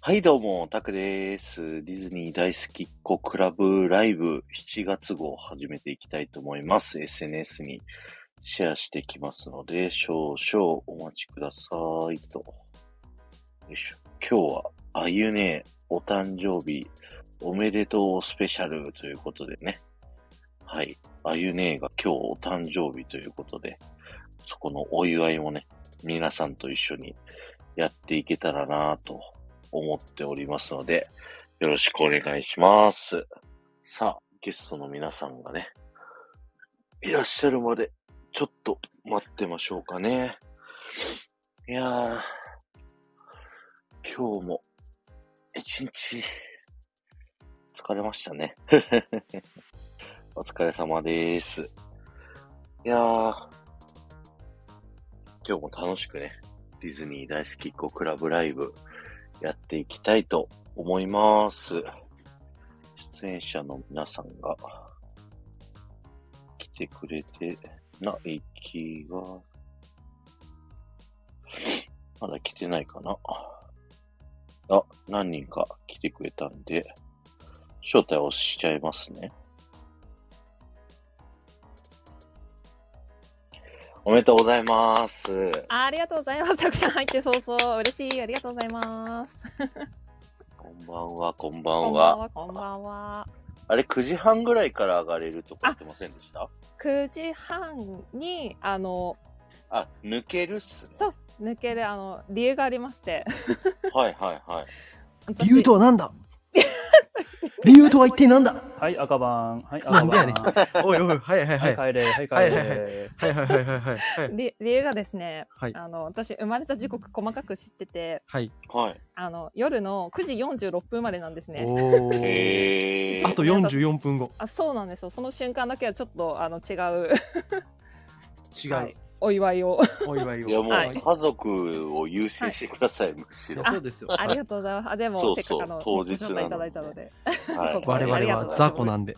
はい、どうも、タクです。ディズニー大好きっ子クラブライブ7月号を始めていきたいと思います。SNS にシェアしてきますので、少々お待ちくださいと。よいしょ。今日は、あゆね、お誕生日、おめでとうスペシャルということでね。はい。あゆねが今日お誕生日ということで、そこのお祝いもね、皆さんと一緒にやっていけたらなぁと思っておりますので、よろしくお願いします。さあ、ゲストの皆さんがね、いらっしゃるまで、ちょっと待ってましょうかね。いやー、今日も、一日、疲れましたね。 お疲れ様です。いやー、今日も楽しくね、ディズニー大好きっ子クラブライブやっていきたいと思います。出演者の皆さんが来てくれてない気が、まだ来てないかな。あ、何人か来てくれたんで、招待をしちゃいますね。おめでとうございます。ありがとうございます。たくちゃん入ってそうそう。嬉しい。ありがとうございます。こんばんは、こんばこんんばんは。は、こんばんは。あれ、9時半ぐらいから上がれるとか言ってませんでした9時半に、あの、あ、抜けるっすね。そう、抜ける、あの、理由がありまして。はいはいはい。私理由とは何だ理由とは一体何だはい、赤番。はい、赤なん番。でやねんおいおい、はいはいはい、帰れ。はい、帰はいはいはれ。はいはいはいはいはいはい理理由がですね、はいあの、私、生まれた時刻細かく知ってて、はい。はい。あの、夜の9時46分までなんですね。おー。へーあと44分後。あそうなんですよ。その瞬間だけはちょっと、あの、違う、 違はうい。お祝いを。お祝いを。いやもう、はい家族を優先してください、むしいろ。やはそうですよ。ありがとうございます。あ、でも、そうそうせっかくあの、当ご日な招の待いただいたので。い。 我々ありがとうございはます雑魚なんで。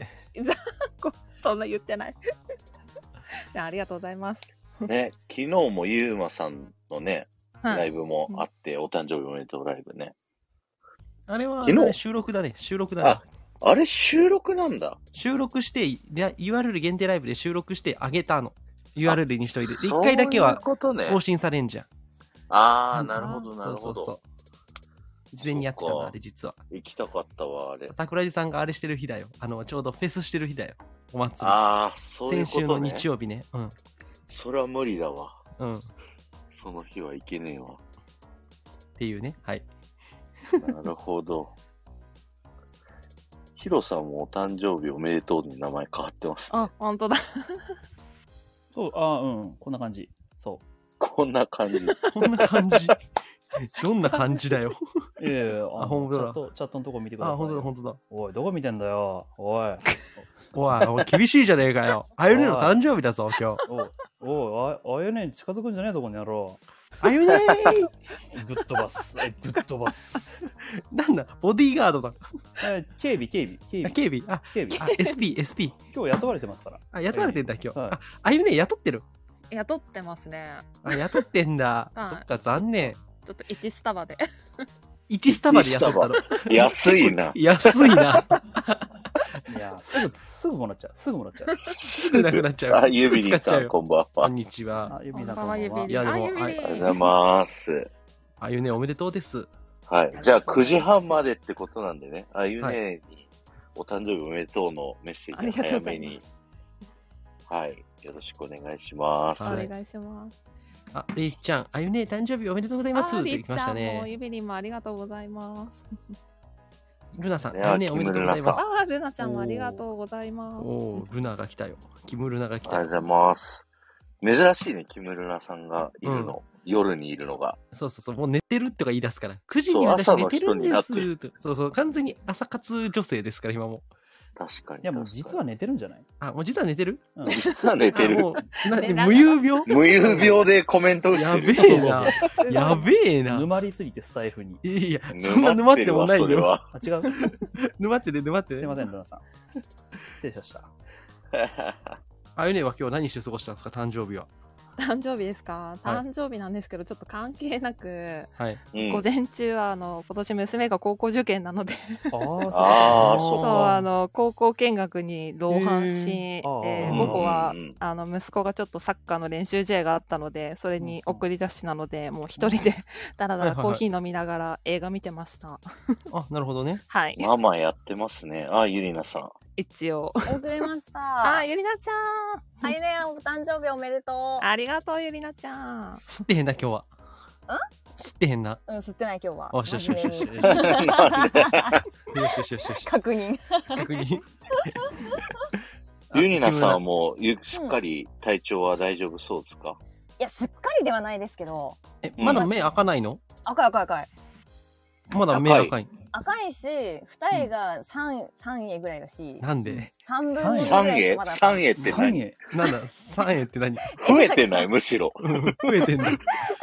そんな言ってない。 いやありがとうございます。ね、昨日もゆうまさんのね、はラいイ。ブもあって、お誕生日おめでとうライブね。あれは昨日あれ収録だね。収録だね。あれ、収録なんだ。収録して、いや URL 限定ライブで収録してあげたの。URL にしといて。で、そう一回だけいうはことね。更新されんじゃん。あー、なるほど、なそるうそほうそど。う。事前にやってたそっの、かあれ実は。行きたかったわ、あれ。桜地さんがあれしてる日だよ。あの、ちょうどフェスしてる日だよ。お祭り。あー、そういう先こ週とのね。日曜日ね。うん。それは無理だわ。うん。っその日は行けねえわ。ていうね。はい。なるほど。ヒロさんもお誕生日おめでとうに名前変わってます。あ、本当だ。そう、あーうん。こんな感じ。そこんな感じ。こんな感じ。 どんな感じ だよ。う。い やいやいや、ああの本当だチャット、チャットのとこ見てくださあ、い。本当だ、本当だ。おい、どこ見てんだよ。おい。おい、おい厳しいじゃねえか よ。あゆねの誕生日だぞ、今日。 おい、 おい、ああやねん近づくんじゃねえぞ、この野郎。あゆねーぶっ飛 ばす。えぶっ飛ばす。なんだ、ボディーガードだ。え警備、警備、警あ備。警備。あ、警備 あ。SP、SP。今日雇われてますから。あ、雇われてんだ、今日。はいあ、あゆね雇ってる。 雇ってますね。あ、雇ってん だは。いそっか、残念。ちょっと1スタバで。 1スタバで雇ったの。。安いな安い な。いや、すぐ、すぐもらっちゃう。すぐもらっちゃ う。すぐなくなっちゃう。あ、ゆびすりぐん使っちゃさ、うんよこんばんこは。んにちは。あ、指こなんんばかんもはう。ゆびいり。やでもあ、ゆびはりいありがとうございます。あゆねおめでとうです。はい。じゃあ、9時半までってことなんでね。あゆねに、お誕生日おめでとうのメッセあーりジがと早うござめいにま、はい。よろしくお願いします。す。はいお願いします。あ、れいちゃん、あゆね誕生日おめでとうございます。あ、ってりっきまちしゃたんもね。ゆびりんもありがとうございます。ルナさん、ねあゆねおめでとうございまあす。あ、ルナちゃんもありがとうございます。おお、ルナが来たよ。キムルナが来あたりよ。がとうございます。珍しいね、キムルナさんがいるの。夜にいるのが。そうそうそう、もう寝てるとか言い出すから。9時そうに私朝寝のて人るんにでなってすと。そうそう、完全に朝活女性ですから、今も。確かに。いや、もう実はね。寝てるんじゃないあ、もう実は寝てるうん。実は寝てある。もう、な寝ながら無遊 病無遊病でコメント打やってべる。えな。 やべえな。 沼りすぎて、スタイフに。いやいや、そんな沼ってもない沼ってるよ。わあ、違う沼ってて、沼ってすいてま。せん、ルナさん。失礼しました。それは あゆねは今日何して過ごしたんですか、誕生日は。誕生日ですかはい誕生日なんですけど、ちょっと関係なく、はい。うん午前中は、あの、今年娘が高校受験なので、あー そう、あの、高校見学に同伴し、へで、ーあー午後はうんうんうん、あの、息子がちょっとサッカーの練習試合があったので、それに送り出しなので、もう一人で、 だらだらコーヒー飲みながら映画見てました。あ、なるほどね。はい。ママやってますね。あ、ゆりなさん。一応。遅れました。あ、はい。ゆりなちゃん。ね、お誕生日おめでとありがとう、ゆりなちゃん。吸ってへんな、今日は。吸ってへんな。う。うん、吸ってない今日は。あ、しよしよしよし。真よし面なんでよしよしよし。 確認。 確認。ゆりなさんはもう、ゆすっかり体調は大丈夫そうですか、いや、すっかりではないですけど、え、まだ目開かないの赤い赤い赤い。まだ目赤い赤い。赤いし、二重が三、三重ぐらいだし、なんで三分のうん二ぐ三らいし重かまだ赤三い。重って三何重なんだ ?3 円って何増えてないむし ろ。うん増えてんだ。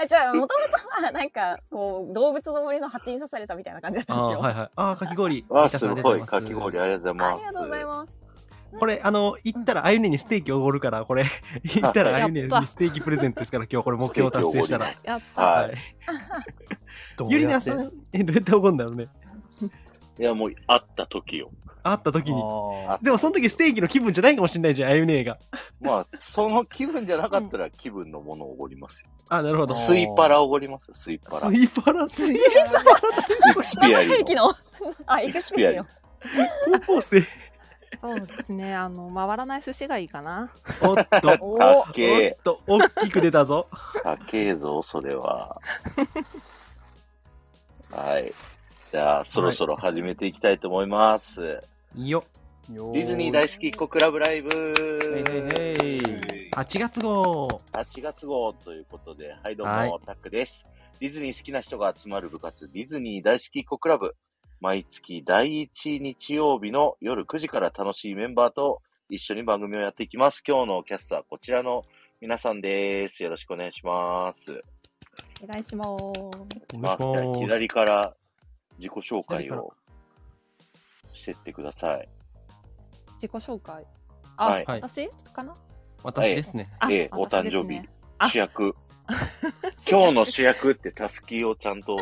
あ、じゃあ、もともとは、なんか、こう、動物の森の蜂に刺されたみたいな感じだったあんーですよ。はいはい。あー、かき氷。わあ、三田すさんありがとごうい。ござかますき氷、ありがとうございあまりす。がとうございます。これ、あの、行ったら、あゆねにステーキおごるから、これ、行ったら、あゆねにステーキプレゼントですから、今日これ目標達成したら。やっははいどうやゆってりなさん、え、どうやっておごんだろうね。い。いや、もう、会った時よ。会ったあ時に。ーでも、その時ステーキの気分じゃないかもしれないじゃん、あゆねが。まあ、その気分じゃなかったら気分のものをおごりますよ。あ、なるほど。ススイパラおごりますよ、スイパラ。エイパラ、スイクスピアリ兵器の。の、あ、エクスピアリの。高校生。そうですね。あの、回らない寿司がいいかな。おっと、おっ おかーっけと、大きく出たぞ。え。かっけえぞ、それ は。はい。じゃあ、そろそろ始めていきたいと思います。よ。よディズニー大好きっ子クラブライブへいへいへ8月号。 8月号ということで、はい、どうも、はいタックです。ディズニー好きな人が集まる部活、ディズニー大好きっ子クラブ。毎月第1日曜日の夜9時から楽しいメンバーと一緒に番組をやっていきます。今日のキャスター、こちらの皆さんです。よろしくお願いします。お願いします。おまあ、じゃあす。左から自己紹介左からをしてってください。自己紹介。あ、はい。はい私かな私ですね。あええお誕生日あ主役。 私ですね今日の主役ってタスキをちゃんと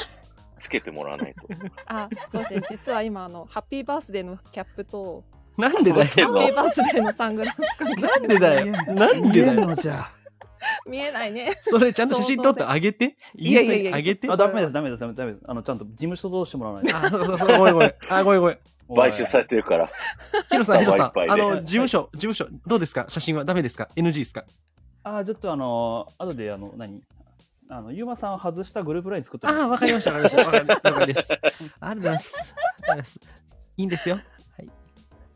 つけてもらわ ないと。あ、そうですね。実は今、あの、ハッピーバースデーのキャップと、なんでだよ。ハッピーバースデーのサングラスかけてなんでだよ。なんでだよ。じゃ見えないね。それちゃんと写真撮ってあげて。いやいやいやインスタにあげて。あ、ダメです、ダメです、ダメですダメです。あの、ちゃんと事務所通してもらわないと。あ、そうそうそう、ごめんごめん。あ、ごめんごめん。 買収されてるから。ヒロさん、ヒロさいっぱいいっん。ぱいあでの、事務所、事務所、どうですか写真はダメですか ?NG ですかあー、ちょっとあの、後で、あの、何あの、ゆうまさんを外したグループライン作ってあー、わかりました、わかりました。わかり了解です。ありがとうございます。ありがとうございます。いいんですよ。はい。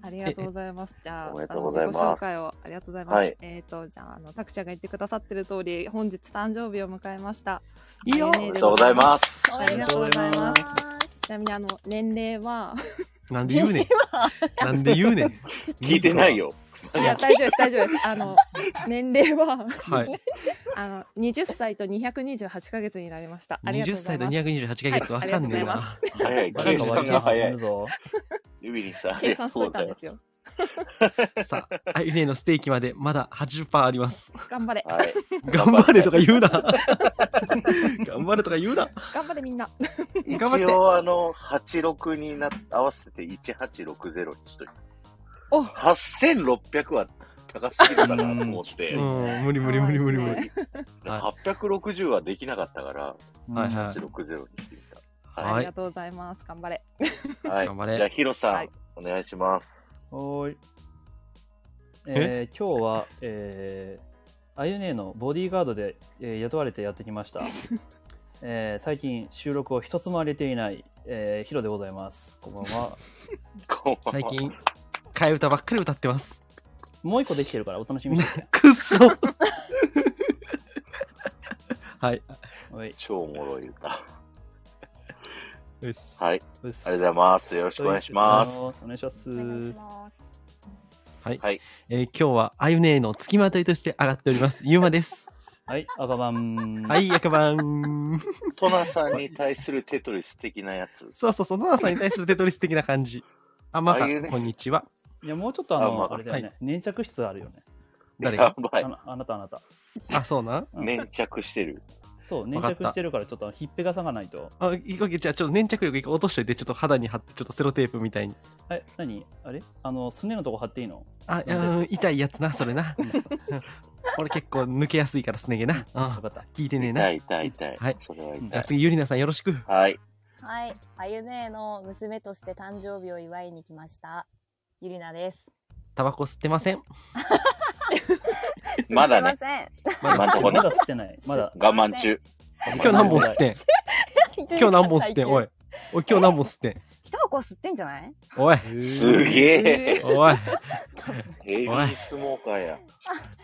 ありがとうございます。じゃあ、おめでとうございますあの自己紹介をありがとうございます。はいえっ、と、じゃあ、あの、タクシャが言ってくださってる通り、本日誕生日を迎えました。いいよあ。おり。めでとうございますす。ありがとうございますおめでとうございます。ちなみに、あの、年齢は、なんで言うねん。なんで言うねん。ちょっと聞いてないよ。いや、大丈夫です、大丈夫です。あの、年齢は、はい。あの、20歳と228ヶ月になりました。ありがとう20ござ歳いとます。 228ヶ月わはいかんねえありがとうございな。早 い。バカ計の算割にがは早進いむ。ぞ。 ゆびりんさん。計算しといたんですよ。さあ、あゆねのステーキまでまだ80%あります。頑張れ、はい。頑張れとか言うな。頑張れとか言うな。頑張れみんな。 一頑張って応、あの、86にな、合わせて1860にしといて。お8600は高すぎるかなと思っうてう。ん、無理無理無理無理無理。は860はできなかったから、はいはい860にしてみあはりいが。とうございます。頑張れ。た。はい。頑張れじゃあ、ヒロさはんい、お願いします。おーい。えー、今日は、えー、あゆねのボディーガードで、えー雇われてやって きました。えー、最近収録を一つも上げていない、えー、ヒロでございます。こんばんは。こんばんは最。近、替え歌ばっかり歌ってます。もう一個できてるからお楽しみにし てて。くっそはい。おい。超おもろい歌。はうっすい。ありうっすがとうございます。よろしくお願いします。。お願いします。お願いします。えー今日はあゆねえのつきまといとして上がっております。ゆうまです。はい、赤番。は。い、赤番。 トナさんに対するテトリス的なやつ。そうそうそう、野田さんに対するテトリス的な感じ。あ、まあか、あいうねこんにちは。いや、もうちょっとあの、あまああ、れだよね、粘着質あるよね。誰やがばいあ。なあなたあなた。あ、そうなんうん粘着してる。そう、粘わかった着してるからちょっとひっぺがさがないと。あ、いいじゃあちょっと粘着力一個落としといて、ちょっと肌に貼って、ちょっとセロテープみたいに。え、何あれあの、すねのとこ貼っていいのあ、なんでうん痛いやつな、それな。 俺結構抜けやすいから、すね毛な。ようかった。ん聞いてねえ痛な。い痛い痛い。はいそれはうんじ痛ゃあい。次、ゆりなさんよろしく。はい。はい。あゆねえの娘として誕生日を祝いに来ました。ゆりなです。タバコ吸ってません。まだねすいま今んとこねま。だ吸ってない。まだ。我慢中。今今日何本吸ってんせん。今日何本吸ってんおい。。おい、今日何本吸ってん一箱吸ってんじゃないおい。すげえ。おい。ヘビースモーカーや。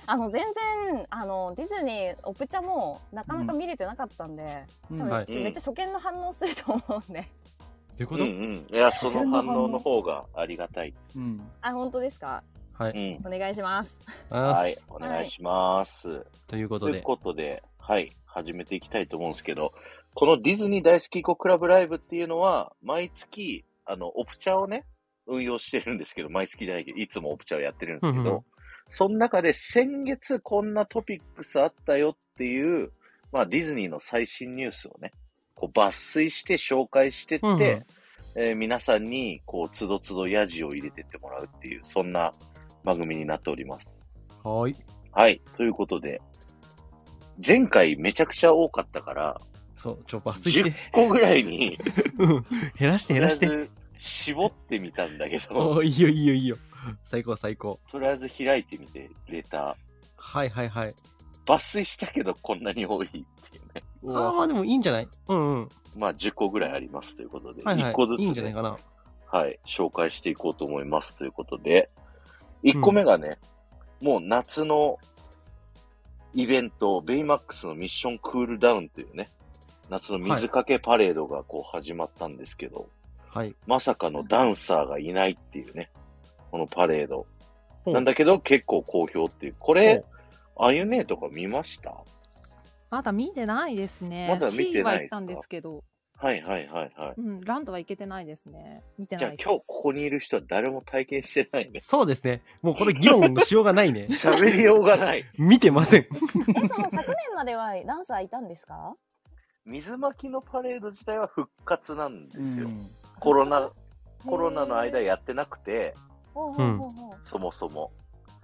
あの、全然、あの、ディズニー、オプチャもなかなか見れてなかったんで、う多ん分はいめっちゃ初見の反応すると思うんで。といううこんうとん。いや、その反応の方がありがたい。うん。あ、本当ですかはうい。ん。お願いします。あはいー。お願いします。ということというで。ことで、はい、始めていきたいと思うんですけど、このディズニー大好きっ子クラブライブっていうのは、毎月、あの、オプチャをね、運用してるんですけど、毎月じゃないけど、いつもオプチャをやってるんですけど、うんうんその中で先月こんなトピックスあったよっていう、まあ、ディズニーの最新ニュースをね、こう抜粋して紹介してって、うんうんえー皆さんに、こう、つどつどヤジを入れてってもらうっていう、そんな番組になっております。はーい。はい。ということで、前回めちゃくちゃ多かったから、そう、ちょ、抜粋し10て。個ぐらいに、うん減らしとてり あ減えらして。ず絞ってみたんだけおど、ーいいよいいよいいよ。最高最高。とりあえず開いてみて、レタはいはいはい。ー。抜粋したけどこんなに多いっていうね。あーまあでもいいんじゃないうんうん。まあ10個ぐらいありますということで、はいは1個ずつ、い。ねいいんじゃないかな。はい、紹介していこうと思いますということで、1個目がね、もう夏のイベント、ベイマックスのミッションクールダウンというね、夏の水かけパレードがこう始まったんですけど、はい。まさかのダンサーがいないっていうね、このパレード。ほうなんだけど結構好評っていう。これ、あゆねえとか見ましたまだ見てないですね。まだ見て C はない行ったんですけど、はいはいはいはい。うん、ランドは行けてないですね。見てじなゃあいです。今日ここにいる人は誰も体験して ないね。。そうですね。もうこれ議論のしようがないね喋りようがない。見てません。え、その昨年まではダンサーいたんですか水まきのパレード自体は復活なんでうすよ。ん。コロナ、コロナの間やってなくて、ほうほうほうほそもそも。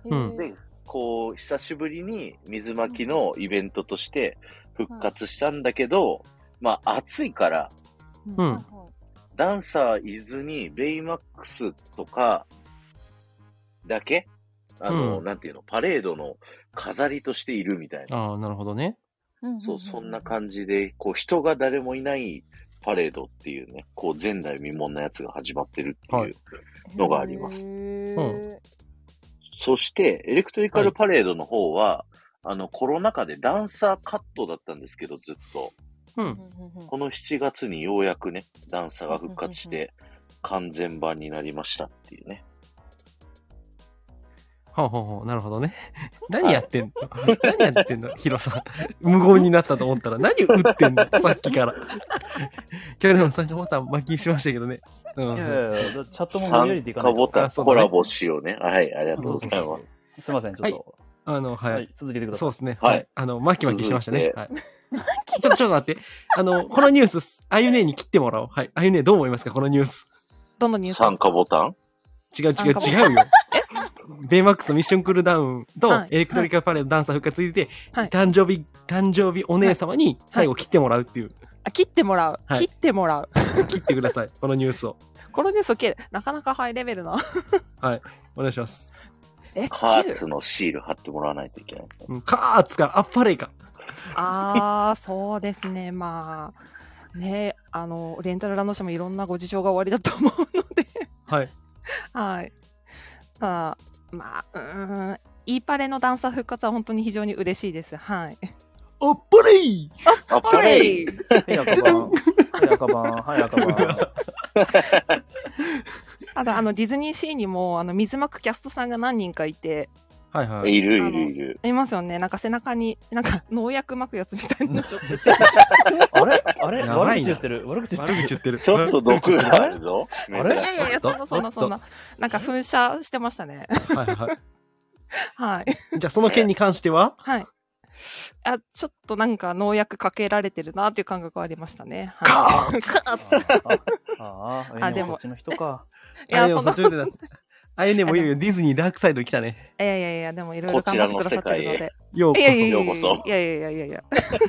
う。うんへーで、こう、久しぶりに水まきのイベントとして復活したんだけど、まあ暑いから、う。ほうんほダンサー伊豆にベイマックスとかだけあの、うんなんていうの、パレードの飾りとしているみたいな。ああ、なるほどね。ううんそう、そんな感じで、こう人が誰もいないパレードっていうね、こう前代未聞なやつが始まってるっていう。はいのがありますへうーそして、エレクトリカルパレードの方は、あの、コロナ禍でダンサーカットだったんですけど、ずっと。ううんん。うんうんこの7月にようやくね、ダンサーが復活して、完全版になりましたっていうね。ほうほうほう。なるほどね。何やってんの何やってんのヒロさん。無言になったと思ったら、何打ってんのさっきから。去年も参加ボタン巻きしましたけどね。ういん。やいやいや、チャットも無理やり参でいかな加いとボタン、あそうだねコラボしようね。はい、ありがとうそごうそざいうそまうすいません、ちょっと。あの、はい、はい。続けてくださそ。いうですね。はいはい。あの、巻き巻きしてましたね。はい。きちょっと、ちょっと待って。あの、このニュース、あゆねえに切ってもらおう。はい。あゆねえどう思いますかこのニュース。どのニューす。スですか参加ボタン違う違う参加ボタ 違うよ。ベイマックスのミッションクールダウンとはいエレクトリカルパレードダンサー復活ついてて、はい誕生日、誕生日お姉様に最後切ってもらうっていう、あ切ってもらう、はい切ってもらう。切ってください。 このニュースを。このニュースを切る。なかなかハイレベルな。 お願いします。え、カー切るツのシール貼ってもらわないといけない。うんカーツか、あっぱれか。ああ、そうですね。まあ、ね、あの、レンタルランド社もいろんなご事情がおありだと思うので、はい。 はい。ただ、まあ、うーん、イーパレのダンサー復活は本当に非常に嬉しいです。はい。あっぱれあ、パレイはい、赤番。はい、赤番。はい、赤番。ただ、あの、ディズニーシーにも、あの、水幕キャストさんが何人かいて、はいはい。いるいるいる。いますよね。なんか背中に、なんか農薬巻くやつみたいなショップあれあれやば悪いな口言ってる。悪口言っ悪てる口。言ってる。ちょっと毒はいがある ぞ。あれ いやいやいや、そんなそんなそんな。なんか噴射してましたね。 はいはい。はい。じゃあその件に関しては、はい。あ、ちょっとなんか農薬かけられてるなっていう感覚はありましたね。カはーンい、ああ、あででももそっちの人か。いや、そんそなっち、見てたあゆねもい よいよディズニーダークサイド来たね。 いやいやいや、でもいろいろ頑張ってくださってるので。ようこいやいやいそ。やようこ いそやいやいやいや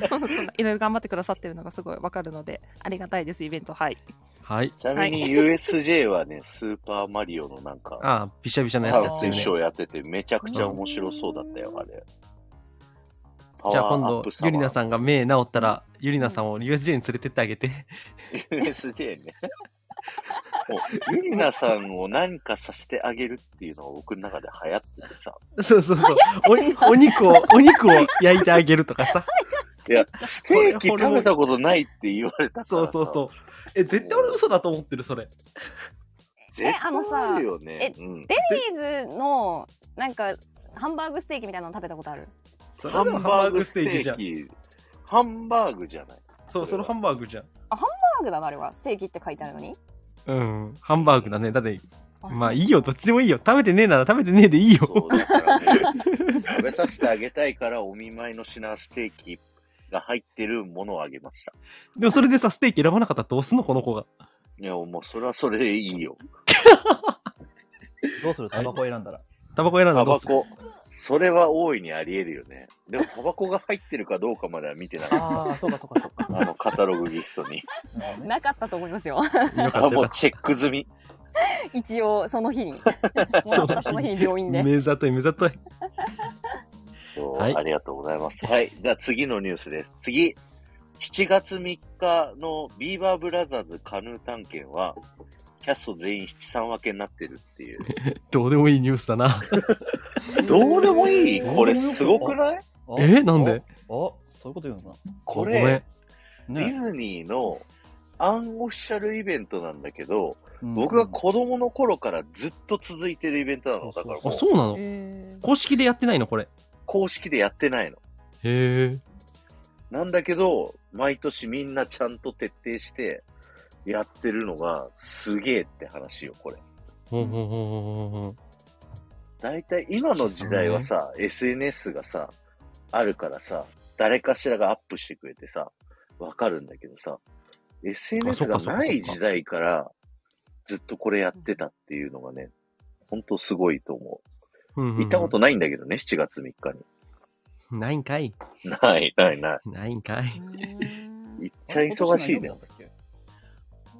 そんないろいろ頑張ってくださってるのがすごいわかるので、 ありがたいです、イベント。はい。はい。ちなみはに USJ はね、スーパーマリオのなんか、ああ、びしゃびしゃのやサつウンやってドるねショ。ーやってて、めちゃくちゃ面白そうだったよ、あれ。じゃあ今度、ゆりなん。さんが目治ったら、ゆりなさんを USJ に連れてってあげて。 USJ ね。もうゆりなさんを何かさせてあげるっていうのが僕の中で流行っててさ。そうそうそう。おお肉を、お肉を焼いてあげるとかさ。い や、ステーキ食べたことないって言われたからそうさ。そうそう。え、絶対俺嘘だと思ってる、それ。絶対あのさあるよね。うんデニーズの、なんか、ハンバーグステーキみたいなの食べたことある。それハでンもバーグステじゃーん。キ。ハンバーグじゃない。そう、そのハンバーグじゃん。ハンバーグだな、あれは。ステーキって書いてあるのに。うん、ハンバーグだね。だって、まあいいよ。よ、どっちでもいいよ。食べてねえなら食べてねえでいい よ。そうだからね、食べさせてあげたいから、お見舞いの品ステーキが入ってるものをあげました。でもそれでさ、ステーキ選ばなかったらどうすんのこの子が。いや、もうそれはそれでいいよ。どうするタバコ選んだら。 タバコ選んだタらどバうするコ。それは大いにあり得るよね。でも、タバコが入ってるかどうかまでは見てなかっああ、そうかそうかそうか。た。あの、カタログギフ トに。なるほどねなかったと思いますよ。 よかあ、ったもようかチェック済み。一応、その日に。もらったその日に病院った。で。目ざとい目ざとい。そうはいありがとうございます。はい。じゃあ次のニュースです。次。7月3日のビーバーブラザーズカヌー探検は、キャスト全員七三分けになってるって いう。どうでもいいニュースだな。どうでもいいうんこれすごくないあえなんでああそういうこと言うのかこごめれん、。な。ディねズニーのアンオフィシャルイベントなんだけど、うん僕が子供の頃からずっと続いてるイベントなの。そだかうらあ、もうそうなのえー公式でやってないのこれ。公式でやってないの。へえ。なんだけど、毎年みんなちゃんと徹底してやってるのがすげえって話よ、これ。ほんほんほんほんほんほん。大体今の時代はさ、SNS がさ、あるからさ、誰かしらがアップしてくれてさ、わかるんだけどさ、SNS がない時代からずっとこれやってたっていうのがね、ほんとすごいと思うんうんうう。ん行ったことないんだけどね、7月3日ないんかい。に。ない、ない、ない。ないんかい。いっちゃ忙しいね。。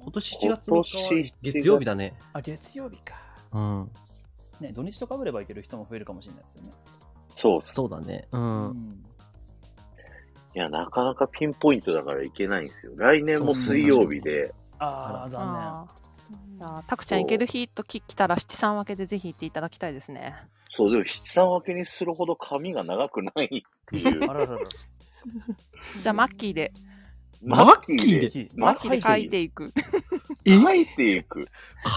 今年7今月3年日月曜日だね。あ、月曜日か。うん。ね、土日とかぶれば行ける人も増えるかもしれないですよね。そうそう。そうだね。う。うんいや、なかなかピンポイントだから行けないんですよ。来年も水曜日で、ああ、残あーあータクちゃん行ける日とき来たら七三分けでぜひ行っていただきたいですね。そう、でも七三分けにするほど髪が長くないっていう念。。あらららら。じゃあマッキーで、マッキーで。いマッキーで書いていく。え書いていく。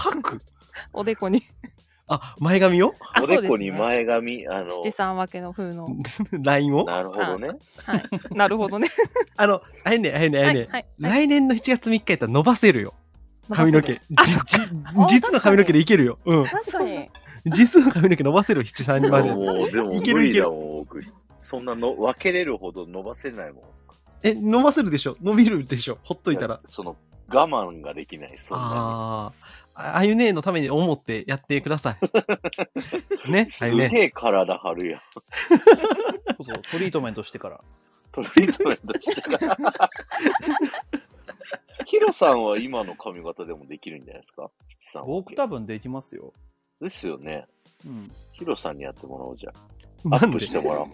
書くおでこに。あ、前 髪をあ、おそうででこすにね。前髪、あの、七三分けの風の。 ?LINE をなるほどね。はい。なるほどね。あの、あれね、あれね、あはれい。ね。はい。はい来年の7月3日やったら伸ばせるよ。髪の毛。。あ、じそっじか。あ実の髪の毛でいけるよ。うん。確かに。実の髪の毛伸ばせる、七三にまで。もう、でもいけ無るい理けだるもん、僕。そんなの分けれるほど伸ばせないもん。え、伸ばせるでしょ伸びるでしょほっといたら。その、我慢ができない、そんなあーあ。あゆねえのために思ってやってくださ い。ねに。、あすゆねげえ体張るやん。そうそう、トリートメントしてから。トリートメントしてから。ヒロさんは今の髪型でもできるんじゃないですか七三分僕け多分できますよ。ですよね。うん。ヒロさんにやってもらおうじゃん。え。アなッんプでしてもらおう。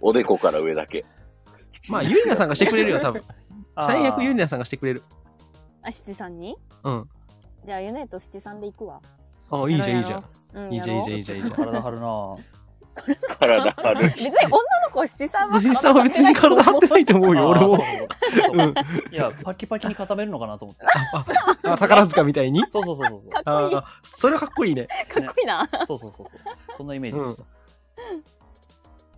おでこから上だけ。まあ、ゆりなさんがしてくれるよ、 多分。最悪ゆりね。なさんがしてくれる。あ、七三にうん。じゃあ、ユネと七三で行くわ。あ、いいじゃん、いいじゃやん。うん、いいやじゃん、いいじゃん、いいじゃん、ろいいじゃん。体張るなぁ。体張う。る。別に女の子七三 は。実際は別に体張 ってないと思うよ、俺も。俺うん。いや、パキパキに固めるのかなと思って。あ、宝塚みたいに。そうそうそうそうそう。かっこいい。かああ、それかっこいいね。っこいいな。そうそうそうそう。そんなイメージでした。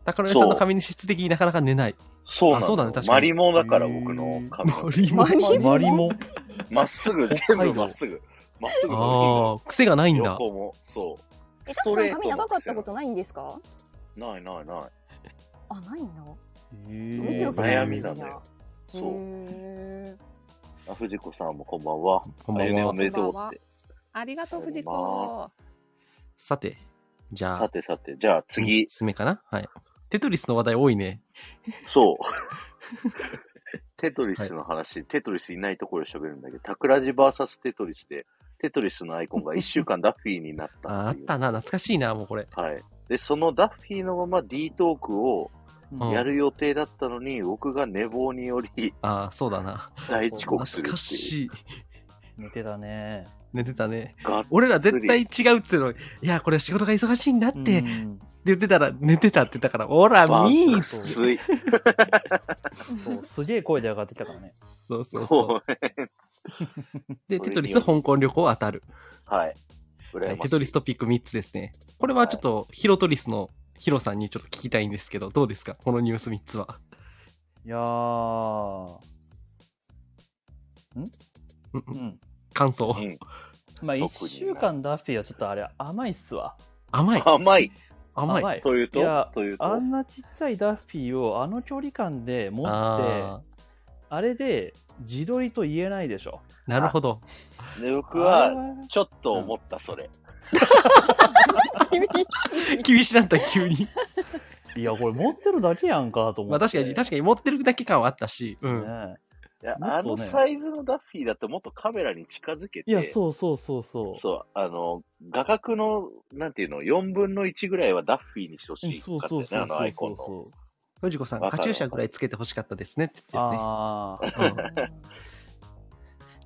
宝塚さんの髪の質的になかなか寝ない。そうなのあそうだね確かにマリモだから、僕の髪の毛。もマリモマリモ。まっすぐ、全部まっすぐ。まっすぐ伸びるああ、癖がないんだ。横も、そう。え、スたくトさレんート髪長かったこのとないんですかないないない。あ、ないのえどっちの世代悩みなんですだかよ。へそう。ーあ、藤子さんもこんばんは。こんばんはあゆねおめでとうって。ありがとう、藤ありがとうござい子。さて、じゃさあ、てさて、じゃあ三次。つ目かなはい。テトリスの話題多いね。そう。 テトリスの話、テトリスいないところで喋るんだけど、タクラジバーサステトリスで、テトリスのアイコンが1週間ダッフィーになった ああっていうたな、懐かしいな、もうこれ。はい。で、そのダッフィーのまま D トークをうんやる予定だったのに、僕が寝坊によりああ、そうだな。大遅刻するっ懐かていう。しい。寝てたね。寝てたね。がっ俺ら絶対違うっつうの。いや、これ仕事が忙しいんだって、うってん言ってたら、寝てたって言ったから、ほら、ばミーくっつすい。そうすげえ声で上がってきたからね。そうそうそう。もうねで、テトリス香港旅行当たる。 はい。羨ましはい、いテトリストピック3つですね。これはちょっと、ヒロトリスのヒロさんにちょっと聞きたいんですけど、どうですかこのニュース3つは。いやー、うんううんん。感想。うんま特あ、にね1週間ダッフィーはちょっとあれ甘いっすわ。甘い。甘い。甘い。甘いというといやというとあんなちっちゃいダッフィーをあの距離感で持って、ああれで自撮りと言えないでしょ。ーなるほど。で僕あれは、はちょっと思った、それ。厳しい厳しなった、急に。いや、これ持ってるだけやんかと思まっあて。確かに、確かに持ってるだけ感はあったし、うん。ねいや、もあっとのねサイズのダッフィーだともっとカメラに近づけて、いや、そうそうそうそう。そう、あの、画角の、なんていうの、4分の1ぐらいはダッフィーにしてほしうんいそうかったそようね、そうあのそアうイコンの。そ藤子さん、わかるカチューシャぐらいつけてほしかったですねってう。言ってるね。ああ、うん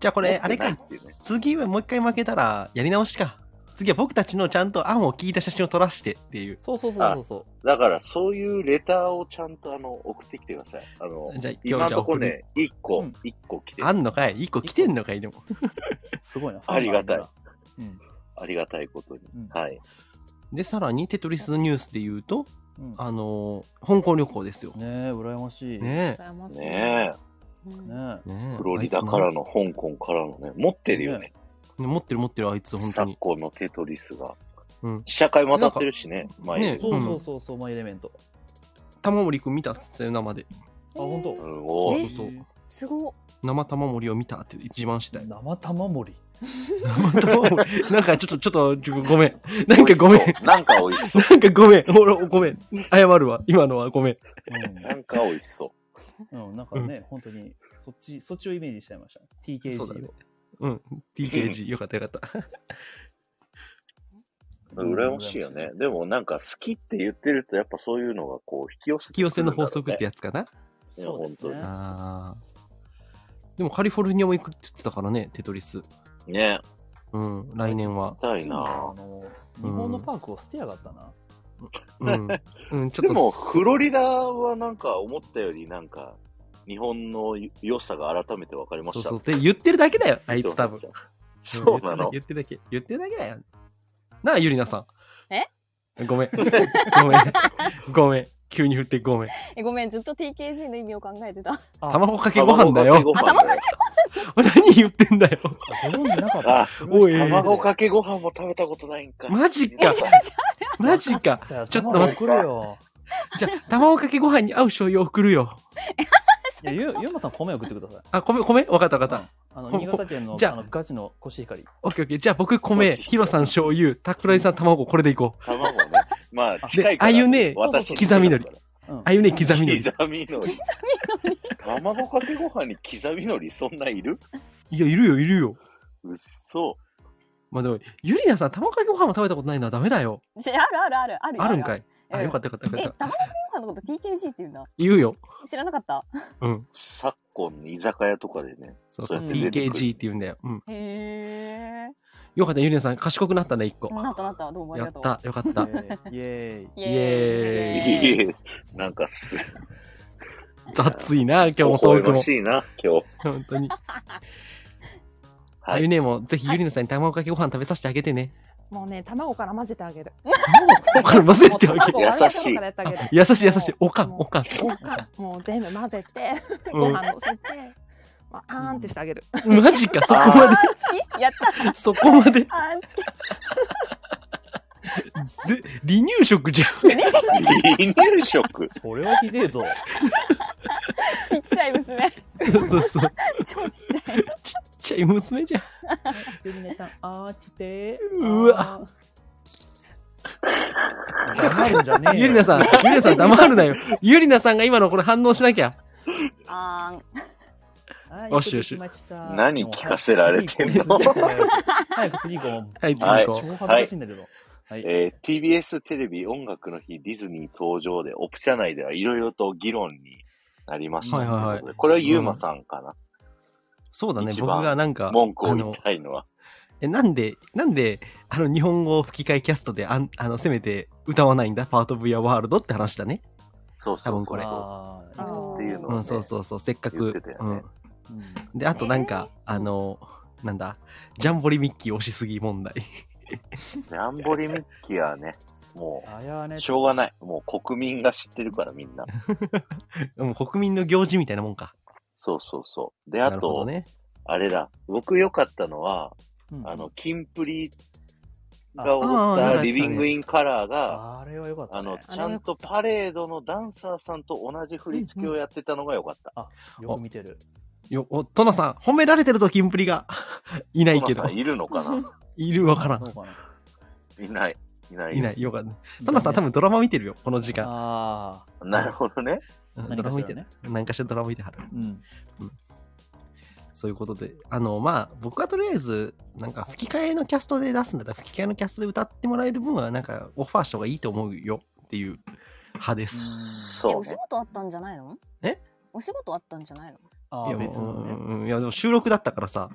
じゃあこれ、あれ持って。かないっていうね次はもう一回負けたら、やり直しか。次は僕たちのちゃんと案を聞いた写真を撮らしてっていう。そうそうそ うそうそだから、そういうレターをちゃんと、あの、送ってきてください。あの、じゃあ今今日のじゃあとこ送る。ね、1個うん、 1個来てるあんのかい一個来てんのかいでも。う。すごいな。ありがたいファンなんだ。ありがたいことにうん。はい。で、さらに、テトリスニュースで言うと、うん。うんあのー香港旅行ですよ。ねえ、羨ましい。ねね羨ましいねえ。え。ねええ、フロリダかあらいの、香港からのね、持ってるよね。つな持ってる持ってる、あいつ、本当昨に。今のテトリスが。うん。試写会も当たってるしね、前にねそうそうそうそう、マイレメント。あ、玉森くん見たっつってたよ、生で。本当。うえーん、そおうーそうそう。すごっ。生玉森を見たって自慢してたよ。 生玉森。生玉森。なんかちょっと、ちょっとちょっと、ごめん。なんかごめん。なんか美味しそう。なんかごめん。ほら、ごめん。謝るわ。今のはごめん。なんか美味しそうん、うん、なんかね、本当に、そっち、そっちをイメージしちゃいました。TKG そうだねを。うん。TKG。よかったよかった。う。羨ましいよね。でもなんか好きって言ってると、やっぱそういうのがこう、引き寄せ引てきくるんだ寄せろうね、の法則ってやつかな。そうですいね。ああ。でもカリフォルニアも行くって言ってたからね、テトリス。ね。うん、来年はし。たいあなの、日本のパークを捨てやがったな。うん。うん、ちょっと。でも、フロリダはなんか思ったよりなんか、日本の良さが改めて分かりまそしうた。そう。で、言ってるだけだよ、あいつ多分。そうなの。言ってるだけ。言ってるだけだよ。なあ、ゆりなさん。えごめん。ごめん。ごめん。急に振ってごめん。え、ごめん、ずっと TKG の意味を考えてた。卵かけご飯だよ卵。かけご飯だよ何言ってんだよ。ご存知なかっあた。それはおい卵かけご飯も食べたことないんか。マジか。マジか。じゃあちょっと卵待って送るよ。じゃあ、卵かけご飯に合う醤油送るよ。いや、ゆ、ゆうまさん米送ってください。あ、米、米わかったわかった。あの、こ新潟県の、じゃああの、ガチのコシヒカリ。オッケーオッケー。じゃあ僕米、ヒロさん醤油、タクライさん卵、これでいこう。卵ね。まあ、近いから。あゆね私そうそう刻み海苔うんあ。ゆね刻みのり。刻みのり。卵かけご飯に刻みのり、そんないるいや、いるよ、いるよ。うっそ。まあでも、ゆりなさん、卵かけご飯も食べたことないのはダメだよ。じゃあるあるあるあるよあるんかい。い。あ、よかったよかったえ、よか卵っかた。けご飯のこと TKG って言うんだ。言うよ。知らなかった。うん。昨今、居酒屋とかでね。そうそそう。うやって出てくる TKG って言うんだよ。うん。へえ。よかった、ゆりなさん、賢くなったね、一個。なったなった。どうもありやがっとう。た、よか った。イエーイ。イいエーイ。え、なんかす、雑いな、今日微もトー笑クまもし。いな、今日。 本当に。はあいゆ。ねも、ぜひゆりなさんに卵かけご飯食べさせてあげてね。もうね、卵から混ぜてあげる。わかりませんってわ け卵。を割れたと優しいこからやってあげる。優しい優しい。おかん、もうおかん。ご飯もう全部混ぜて、うんご飯乗せて、 まあ、あーんってしてあげる。マジか、そこあまー、好きやった。で、そこまで。あー、好き。ぜ離乳食じゃん。離乳食それはひでえぞ。ちっちゃい娘。そうそうそう。超ちっちゃい。ちっちゃい娘じゃん。ゆりねさん、あーちてうわ。黙るんじゃねえよゆりなさん、ゆりなさん黙るなよ。ゆりなさんが今のこれ反応しなきゃ。あーん。はいよしよし。何聞かせられてんのもう早く次行こう。はい、次は行い早く次行こう。もうこ超恥ずかしいんだけど。はい。えー TBS テレビ音楽の日ディズニー登場で、オプチャ内ではいろいろと議論になりましたということで、はいはいはいこれはユーマさんかな、う。そうだね、一僕番がなんか、文句あを言のい、たいのは。え、なんで、なんで、あの、日本語吹き替えキャストで、あんあの、せめて歌わないんだ、パート・オブ・ヤ・ワールドって話だね。そうそうそう多分これあーあーっていうのをうねん、そうそうそう、せっか言っくてた。ようねん。うんで、あとなんか、あの、なんだ、ジャンボリミッキー押しすぎ問題。 ジャンボリミッキーはね、もあやねう、しょうがない。もう国民が知ってるからみんな。もう国民の行事みたいなもんか。そうそうそう。で、なあるほどと、ね。あれだ。僕良かったのは、うんあの、キンプリが踊っああーなんか言ってたたねリビングインカラーが、あれはよかったね。あの、あちゃんとパレードのダンサーさんと同じ振り付けをやってたのが良かった。よく見てる。よ、お、トナさん、褒められてるぞ、キンプリが。 いないけトどナさ。んいるのかないるわからどん。うかないない。いない。。いないい、よかった。トナさん多分ドラマ見てるよ、この時間。ああ。なるほどね。うん何ドかラマしら見ねてる。何かしらドラマ見てはる。うん。そういうことで。あの、まあ、僕はとりあえず、なんか吹き替えのキャストで出すんだったら、吹き替えのキャストで歌ってもらえる分は、なんかオファーした方がいいと思うよっていう派です。え、そうお仕ね。事あったんじゃないのえお仕事あったんじゃないのあいあ、や、別のね。うんいや、でも収録だったからさ、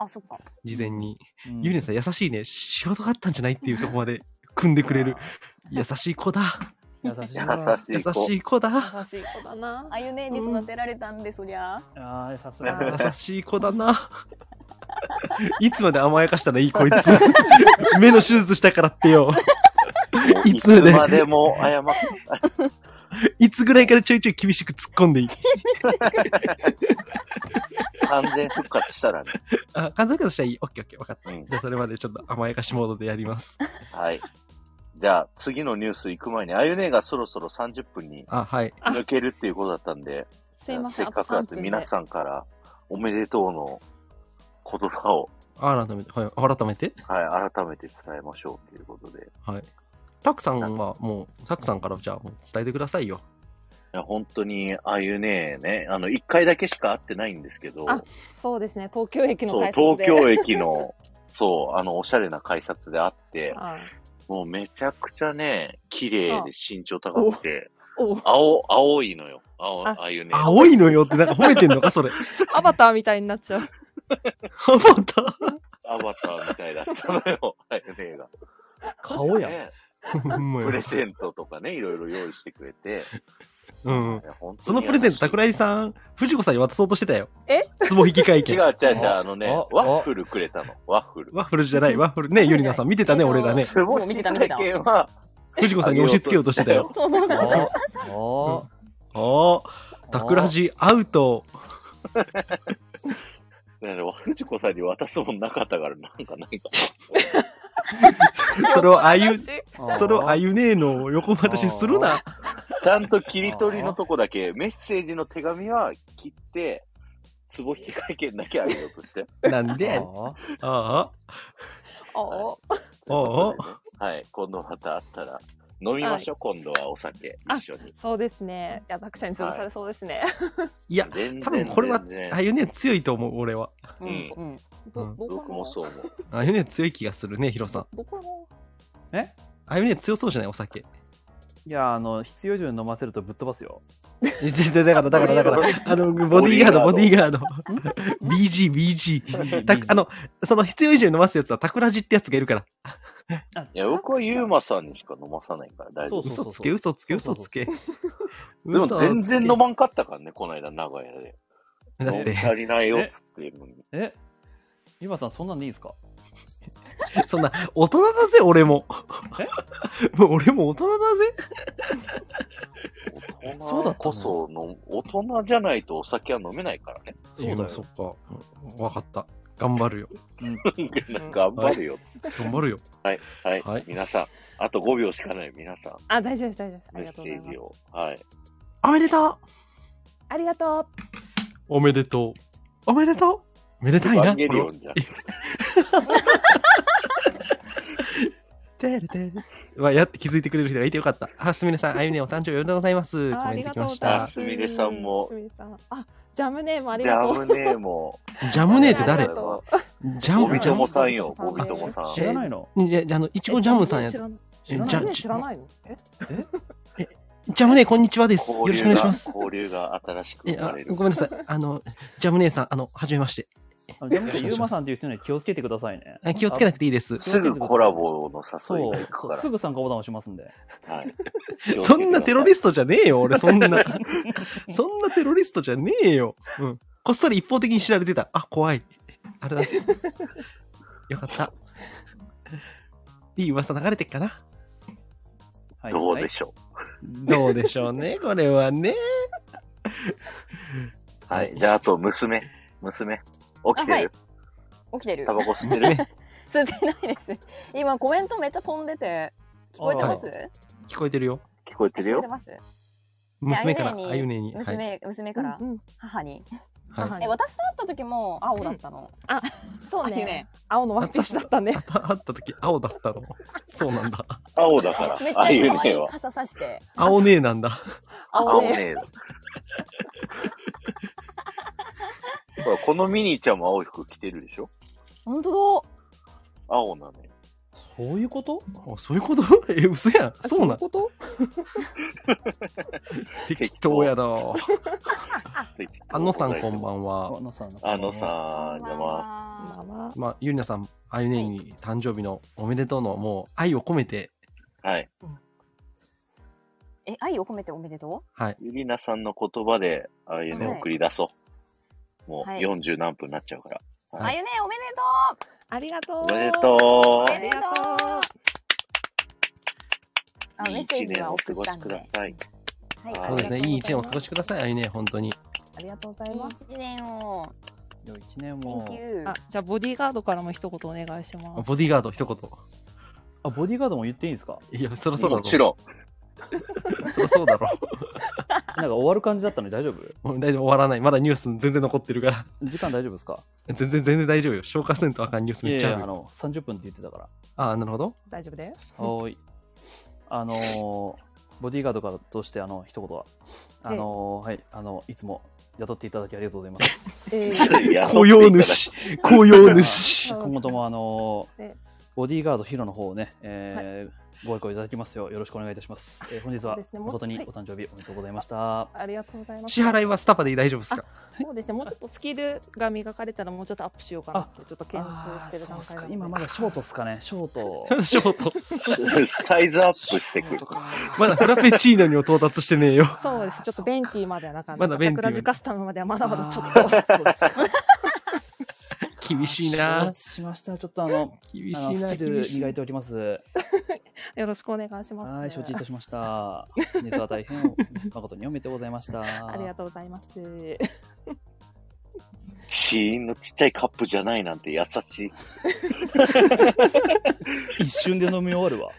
あ、そっか。事前に。うんゆりなさん優しいね。仕事があったんじゃないっていうとこまで 組んでくれる。優しい子だ。優しい優な。し優い子。しい子だ。優しい子だな。あゆねに育てられたんで、そりゃ。ああ、さす優が。優しい子だな。 いつまで甘やかしたらいいこいつ。 目の手術したからってよ。もういいつつねまでも謝っいつぐらいからちょいちょい厳しく突っ込んでいい。完全復活したらね。あ、完全復活したらいい。オッケーオッケー。わかった。うんじゃあそれまでちょっと甘やかしモードでやります。 はい。じゃあ、次のニュース行く前に、あゆねがそろそろ30分にあ、はい。抜けるっていうことだったんで、すいませせん、っあとかくだっ3て分で。皆さんからおめでとうの言葉を、 改めて、はい。改めて。はい、改めて伝えましょうということで。いはい。タクさんはもう、タクさんからじゃあもう伝えてくださいよ。や本当に、あゆねね、あの、一回だけしか会ってないんですけど、あそうですね、東京駅のそう、改東札で。京駅 の、そう、あの、おしゃれな改札で会って、はいもうめちゃくちゃね、綺麗で身長高くて、お青、青いのよ。青、ああゆね。青いのよってなんか褒めてんのか、それ。アバターみたいになっちゃう。ハマった。アバターみたいだったのよ、 あゆねが。顔 やん。ねほんまやプレゼントとかね、いろいろ用意してくれて。うんい。や本当にそのプレゼント、桜井さん、藤子さんに渡そうとしてたよ。えつぼ引き会違う見。違う違う、あのねあ、ワッフルくれたの。ワッフル。ワッフルじゃない、ワッフル。ね、ゆりなさん見てたね、俺らね。すごいそう見てた見てた体験は、藤子さんに押し付けようとしてたよ。そうそうそう。あああ。あ、タクラジアウト。ね藤子さんに渡すもんなかったから、なん かないかそれをあゆ、私それをあゆねえの横話するな。な。ちゃんと切り取りのとこだけ、メッセージの手紙は切って、つぼ引き会見だけあげようとして。 なんでで、あおうおうはい、今度また会ったら、飲みましょう、今度はお酒、一緒に。そうですね。いや、タクシャに潰されそうですね。いや、全然多分これは全然あゆねえ強いと思う、俺は。うんん。うん。どうんどこ僕もそう思う。あゆねえ強い気がするね、ヒロさん。どこえあゆねえ強そうじゃない、お酒。いや、あの、必要以上に飲ませるとぶっ飛ばすよ。えちょちょだから、だから、だから、あの、ボディーガード、ボディーガード。BG、BG。たあの、その必要以上に飲ますやつは、タクラジってやつがいるから。いや、僕はユーマさんにしか飲まさないから大丈夫。そうそ嘘うそうつけ、嘘つけ、嘘つけ。でも全然飲ままんかったからね、この間、長屋で。だって、足りないよっつってんのに。えゆまさん、そんなんでいいですかそんな、大人だぜ、俺も。 もう俺も大人だぜ。大そ人うだったのこその、大人じゃないとお酒は飲めないからね。そうだよいやそっか。わかった。頑張るよ。うん、頑張るよ。頑張るよ。はい、はい、はい皆さん、あと5秒しかない、皆さん、あ、大丈夫です、大丈夫です。あメッりがセとうございーまジす。を。はい。おめでとうありがとう。おめでとうおめでとうめでたいバな。ンゲリオンじゃん。てるてる。まあ、やって気づいてくれる人がいてよかった。あ、すみれさん、あゆねお誕生日おめでとうございます。あコあメりンがトきとうまごしざいまたす。。すみれさんもすみれさんあ、ジャムネームありジがとャう。ムネーも。ジャムネーってあり誰がとジャゴムビジャとムもさんよ、ゴビ三ともさん。知らないのいや、あの、いちごジャムさんや。ジええ知らない知らジャない知らないのえャムネーこんにちはです。よ交ろし流くお願いしがます。、交流が新しくい生まやれ、るご。めんなさい。あの、ジャムネーさん、あの、はじめまして。あのジャムネゆうまさんっていう人には気をつけてくださいね。あ気をつけなくていいです。すぐコラボの誘いそが行くう、かすぐ参加ボタン押しますんで。ら。はい。そんなテロリスストじゃねえよ、俺、そ んな。そんなテロリストじゃねえよ。うん。こっそり一方的に知られてた。あ、怖い。あれだっ す。よかった。いい噂流れてっかな。はい、どうでょしょどうでしょう ね、これはね。う。ははいい。じゃあ、あと、娘。娘。起きてる起きてるタ。バコ吸って る娘、吸ってないです。今コメントめっちゃ飛んでて。聞こえてます聞こえてるよ。聞こえてる聞こえてよ。ます娘から、いやあゆねに。はい。娘、娘からうんうん母に。はい母にえ、私と会った時も青だったの。そうあいいねね。青のワンピースだったねあ。た会った時、青だったの。そうなんだ。青だからめっ、ちゃああいう可愛ねいは。傘さして。青ねえなん だ。青 青ねね。え。 ほら、このミニーちゃんも青い服着てるでしょ本当だ。青なのよ。そういうことあそういうことえ、嘘やん。そういな。うんこと適当やな。あのさん、こんばは。んあは。のさん。あのさん、じゃあままああ。ままあ、ゆりなさん、あゆねに誕生日のおめでとうの、もう愛を込めて、あ、はい。え、愛を込めておめでとはい。ゆりなさんの言葉で、ああいうねはい送り出そう。もう、はい40何分になっちゃうから。う。はあいゆね、おめでとう。あ。ありがとう。おめでとおめでとうあ、う。いメいッセ一ージ年はをお過送っごたしんくで。ださい。はいそうそうですね、いい一年をお過ごし。しください、あゆね、本当に。ありがとうございます。いい一年を。いや一年も Thank。you あ、じゃあボディーガードからも一言お願いします。ボディーガード、一言。あ、ボディーガードも言っていいんですかいや、そろそろもだちろ。ろん。そろそうだろ。なんか終わる感じだったのに大丈夫もう大丈夫、終わらない。まだニュース全然残ってるから。時間大丈夫ですか全然、全然大丈夫よ。消化せんとあかんニュースいめっやいちゃあるや、あ。の、30分って言ってたから。ああ、なるほど。大丈夫で。はい。あのー、ボディーガードからとして、あの、一言は。あのー、はい、あの、いつも雇っていただきありがとうございます。え 雇用。主、雇用 主。今後とも、あのーええボディーガードヒロの方をね、えーご愛顧いただきますようよろしくお願いいたします。えー本日はそうですねも誠にはいお誕生日おめでとうございました。ありがとうございます。支払いはスタパで大丈夫ですか そうですね。もうちょっとスキルが磨かれたらもうちょっとアップしようかなってちょっと検討しあてーるそう段っ階すなかので。今まだショートっすかね、ショート。ショート。サイズアップしてくる。まだフラペチーノにも到達してねえよ。そうです。ちょっとベンティーまではなかなか。まだベンティー桜地カスタムまではまだまだちょっあーそうですか厳しいな承知しました。ちょっとあの、厳あのスキル厳しい磨いておきます。 と。よろしくお願いします。はい、承知いたしました。 本日は大変誠におめでとうございました。ありがとうございます。シーンのちっちゃいカップじゃないなんて優しい。一瞬で飲み終わるわ。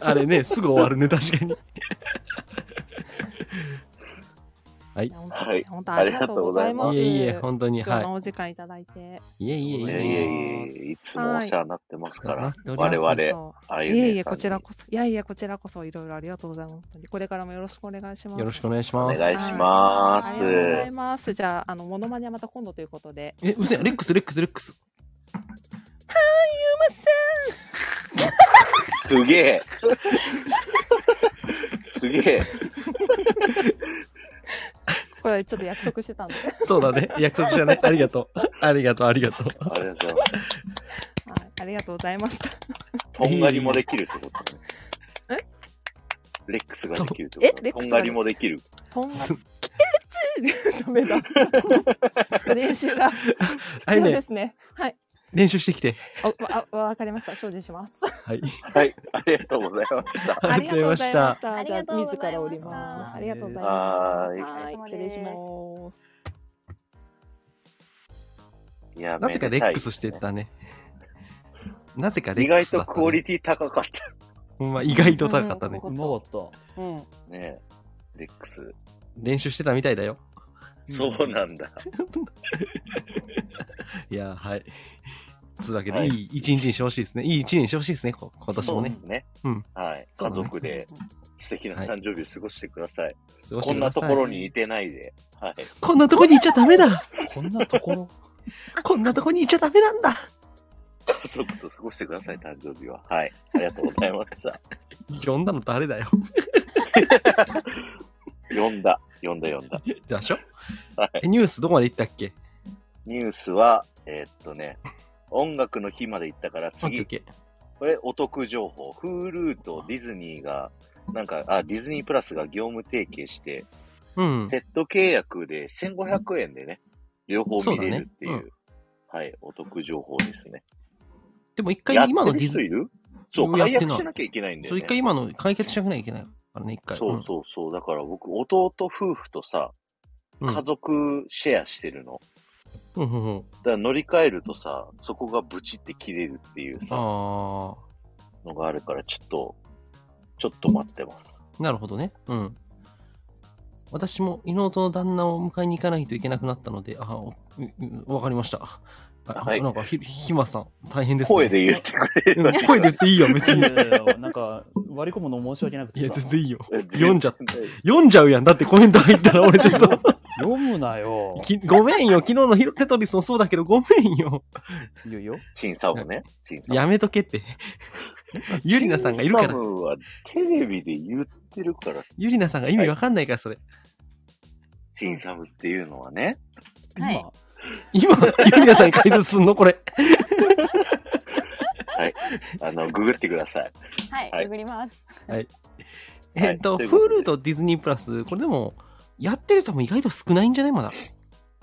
あれね、すぐ終わるね、確かに。はい。本当はいに本当ありがとうございます。いえいえ、本当に。貴重はなお時間いただいて。い。いえいえいいやいえ。やいやいつもお世話になってますから。はいお世話になっております我々、そうああいういえねいえ、さんこにちらこそ。いやいや、こちらこそいろいろありがとうございます。本当にこれからもよろしくお願いします。よろしくおお願いしおます。願いしまあすり。がとうございます。じゃあ、あの、モノマネはまた今度ということで。え、うせレックス、レックス、レックス。すげえ。すげえ。これちょっと約束してたんで。そうだね。約束じゃない。ありがとう。ありがとう、ありがとう。ありがとうございます。はい、ありがとうございました。とんがりもできるってことね。レックスができるってことえねレッとクんスががりもできる。とんがってるつダメだ。ちょっと練習があ必れ要でね、すね。 はい。練習してきて。おわあわかりました。精進します。はい。はい、ありがとうございました。ありがとうございましたありがとうございましたじゃあ、自ら降ります。あありりががととううごござざいいまますす。はいはい、失礼します。いや、なぜかめレでたッいクスしてったね。なぜかレ意ック外スだとった、ね。クオリティ高かったほんま意外と高かったねう。うんまかっうん。ね。レックス。練習してたみたいだよ。た。そうなんだ。いやー、はい。つうわけで、、はいいい一日にしてほしいですね。いい一日にしてほしいですね、こ今年もそうねで。すね。うんはい。そ家うだね族で素敵な誕生日を過ごしてください。過こごしてんくなだとさいころにいてないで。はい。こんなとこにいちゃダメだこんなところこんなとこにいちゃダメなんだ家族と過ごしてください、誕生日は。はい。ありがとうございました。 呼んだの誰だよ。読んだ。読んだ、読んだ。でしょはい。えニュースどこまで行ったっけニュースは、えーっとね、音楽の日まで行ったからオッケーオ次ッ、ケこれお得情報。Hulu とディズニーが、なんか、あ、ディズニープラスが業務提携して、ー。うん。セット契約で1500円でね、両方見れるっていう、そうだねはい、お得情報ですね。でも一やっ回て今のるディズ人いニー、るそう、や解ってない約しなきゃいけないんだそようね一。回今の解決しなきゃいけないからね、一回。そうそうそう。だから僕、弟夫婦とさ、うん。家族シェアしてるの。うん。うんうんうん。だから乗り換えるとさ、そこがブチって切れるっていうさ、あのがあるから、ちょっと、ちょっと待ってます。ー、なるほどね。うん。私も妹の旦那を迎えに行かないといけなくなったので、あー、おううわかりました。あはいなんかひ、ひまさん、大変ですね。声で言ってくれればうん声で言っていいよ、別いに。やいやいやなんか、割り込むの申し訳なくいてや、さ。全然いいよ。全然読んじゃった。読んじゃうやん。だってコメント入ったら俺ちょっ と。読むなよ。きごめんよ。昨日のヒロテトリスもそうだけど、ごめんよ。いいよいいよ。チンサムね。チンサム。やめとけ って。ゆりなさんがいるかチンらサ。ムはテレビで言ってるから、ゆりなさんが意味わかんないから、それ。チンサムっていうのはね。はい今、今、ゆりなさんに解説すんの これ。あの、ググってください。はい、はいくぐります。えっと、ということで Hulu とディズニープラス、これでも、やってる人も意外と少ないんじゃないまだ。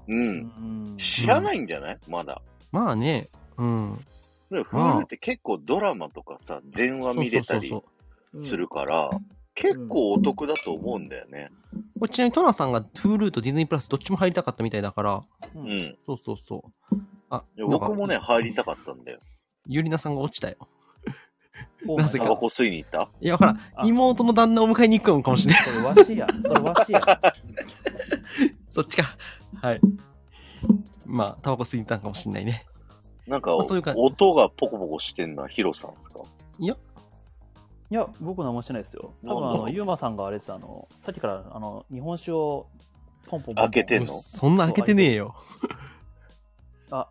う。うんん知らないんじゃないまだ。まあね。うん。でも、フールって結構ドラマとかさ、全話見れたりう。するから、結構お得だと思うんだよね。これちなみにトナさんが Hulu とディズニープラスどっちも入りたかったみたいだから、ううんん。そうそうそう。あ、で僕もね、入りた。たかったんだよ。ゆりなさんが落ちたよ。ほうなぜタかバコ吸いに行ったいや、ほら、あ妹の旦那を迎えに行くのかもしれない。それわしや。それわしや。 そっちか。はい。まあ、タバコ吸いに行ったんかもしれないね。なんか、まあそういう感じ音がポコポコしてんのはヒロさんですかいや、僕何もしてないですよ。多分あなんの、だゆうまさんがあれです、あの、さっきから、あの、日本酒をポンポンポンポン開けてんのそんな開けてねえよ。あ、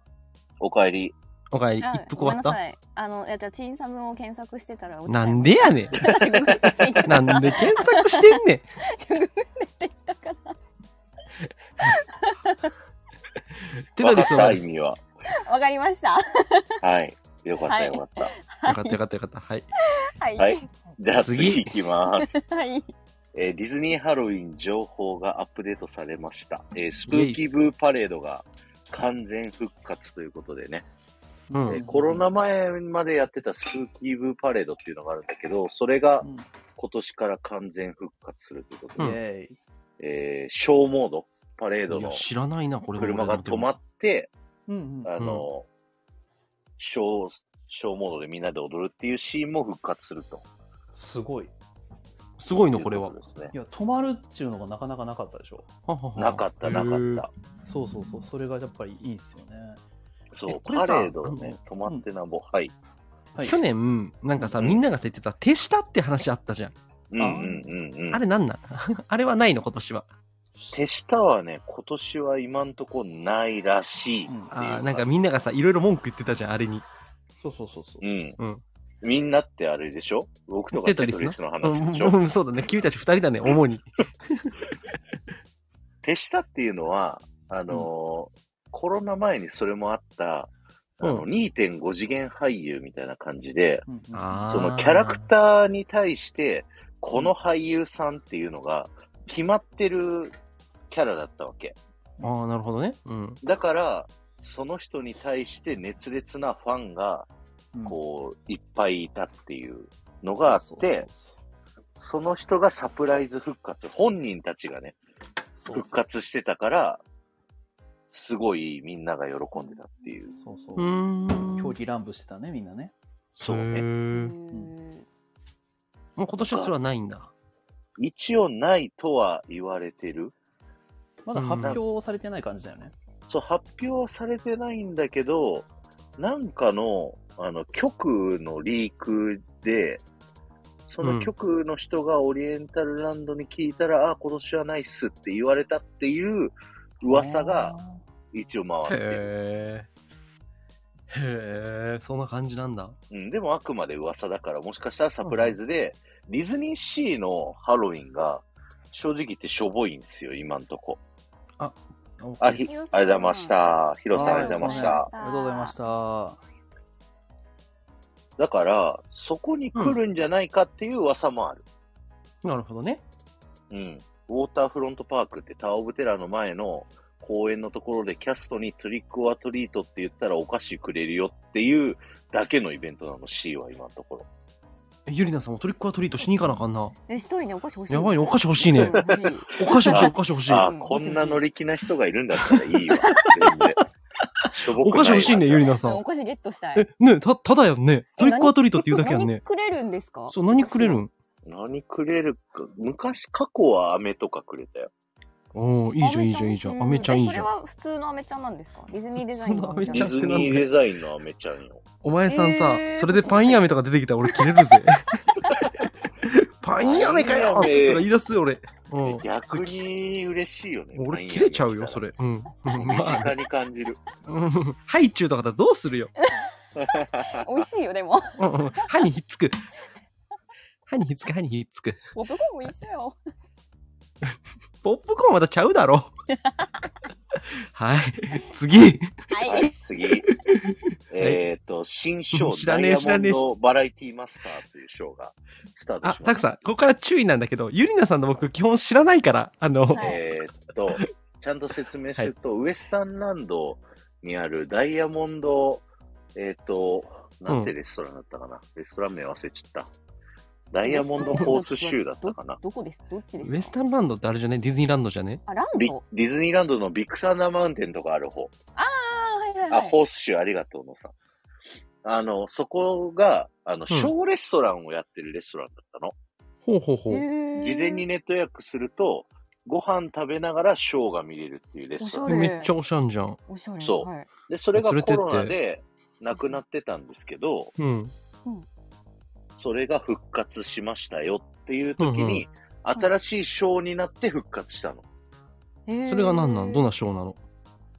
お帰り。おかえり、一あ服終ごめわんっなたさい。あの、いやじゃあ、チンサムを検索してたら落ちたなよん でやねん。 なんで検索してんねん。テトリスわかはったです意。味は。わかりました。はい。よかったよかった。 よかったよかったよかった。はい。はい。ははいい。じゃあ次次行きます。はい。えーディズニーハロウィン情報がアップデートされました。えースプーキーブーパレードが完全復活ということでね。うえんー。コロナ前までやってたスプーキーブーパレードっていうのがあるんだけど、それがうん今年から完全復活するということで、うんイェイ。えーショーモード、パレードいや、の知らないな、これも。車が止まって、うんうん。あの、ショー、ショーモードでみんなで踊るっていうシーンも復活すると。すごい。すごいの、これはいう。とですねいや、止まるっちゅうのがなかなかなかったでしょ。はははなかった、なかった。。そうそうそう、それがやっぱりいいですよね。そう、えパこれさレードね、止まってなんぼ。はい。はい。去年、なんかさ、みんながさ言ってた、手下って話あったじゃん。うんうんうんうん。あれなんなん あれはないの、今年は。手下はね、今年は今んとこないらしいっていうあーなんか、みんながさ、いろいろ文句言ってたじゃん、あれに。そうそうそうそうう。ん。うんみんなってあれでしょ僕とかテテトトリリススなのう話でしょ、んうん、そうだね。君たち二人だね、主に。手下っていうのは、あのーコロナ前にそれもあった、あのうん2.5次元俳優みたいな感じで、うんうんあーそのキャラクターに対して、この俳優さんっていうのが決まってるキャラだったわけ。ああ、なるほどね。うん。だから、その人に対して熱烈なファンが、うんこう、いっぱいいたっていうのがあっそうそうて、その人がサプライズ復活、本人たちがね、そうそう復活してたから、すごいみんなが喜んでたっていう。そうそうう。ーん。狂気乱舞してたね、みんなね。そうへね。うーんもう今年はそれはないんだ。一応ないとは言われてる。まだ発表されてない感じだよね。そう、発表はされてないんだけど、なんかの、あの、局のリークで、その局の人がオリエンタルランドに聞いたら、あ、今年はないっすって言われたっていう噂が一応回ってる。へえ。へえ、そんな感じなんだ。うん、でもあくまで噂だから、もしかしたらサプライズで、ディズニーシーのハロウィンが、正直言ってしょぼいんですよ、今んとこ。あ、ひ、広瀬あさんりがとうございました。ヒあー、ロさん、ありがとうございました。ありがとうございました。だから、そこに来るんじゃないかっていう噂もある。なるほどね。うん。ウォーターフロントパークってタワーオブテラーの前の公園のところでキャストにトリックオアトリートって言ったらお菓子くれるよっていうだけのイベントなの、C は今のところ。えゆりなさんもトリックはトリートしに行かなあかんな。え、一人ね、お菓子欲しい。やばいね、お菓子欲しい うんね。欲しい。お菓子欲しい、お菓子欲しい。あうー、んこんな乗り気な人がいるんだったらいい わ。全然。しょぼくおないわ菓子欲しいね、ゆりなさうんんお。菓子ゲットしたいえ。、ねた、ただやんね。トリックはトリートって言うだけやん何ね。くれるんですかそう、何くれるん何くれるか。昔、過去は飴とかくれたよ。おおいいじゃん、いいじゃん、いいじゃん。あめちゃんいいじゃえそん。れは普通のアメちゃんなんですかディズニーデザ インのアメちゃんディズニーデザインの飴ちゃんよ。お前さんさえ、ーそれでパイン飴とか出てきたら俺切れるぜ。パイン飴かよっつってとか言い出すよ、俺。うん。逆に嬉しいよね。俺切れちゃうよ、それ。うん。うん身まあ近に感じ る。うんハイチュウとかだとどうするよ。美味しいよ、でも。うんうん歯にひっつく。歯にひっつく、歯にひっつく。ポップコーンも一緒よ。ポップコーンまたちゃうだろ。はい。次。は。はいい、 次。えっと、新章、知ダらねイえヤモンドバラエティマスターという章がスタートしまあす。、たくさん、ここから注意なんだけど、ゆりなさんの僕、基本知らないから、あの、はいえっと、ちゃんと説明すると、ウエスタンランドにあるダイヤモンド、えっと、なんてレストランだったかな。レストラン名忘れちゃった。ダイヤモンドホースシューだったかな。どこですどっちでウエすスかタンランドってあれじゃねディズニーランドじゃねあ、ランビドディズニーランドのビッグサンダーマウンテンとかある方。あー、はいはいあ、はい。ホースシューありがとうのさん。あの、そこが、あの、うん小レストランをやってるレストランだったの。ほうほうほう。へー事前にネット予約すると、ご飯食べながらショーが見れるっていうレストおラしン。ゃれめっちゃおしゃんじゃん。おしゃれ。そうはいで、それが連れコてってロナでなくなってたんですけど、うん。それが復活しましたよっていう時に、ん新しいショーになって復活したの。へーそれが何なんどんなショーなの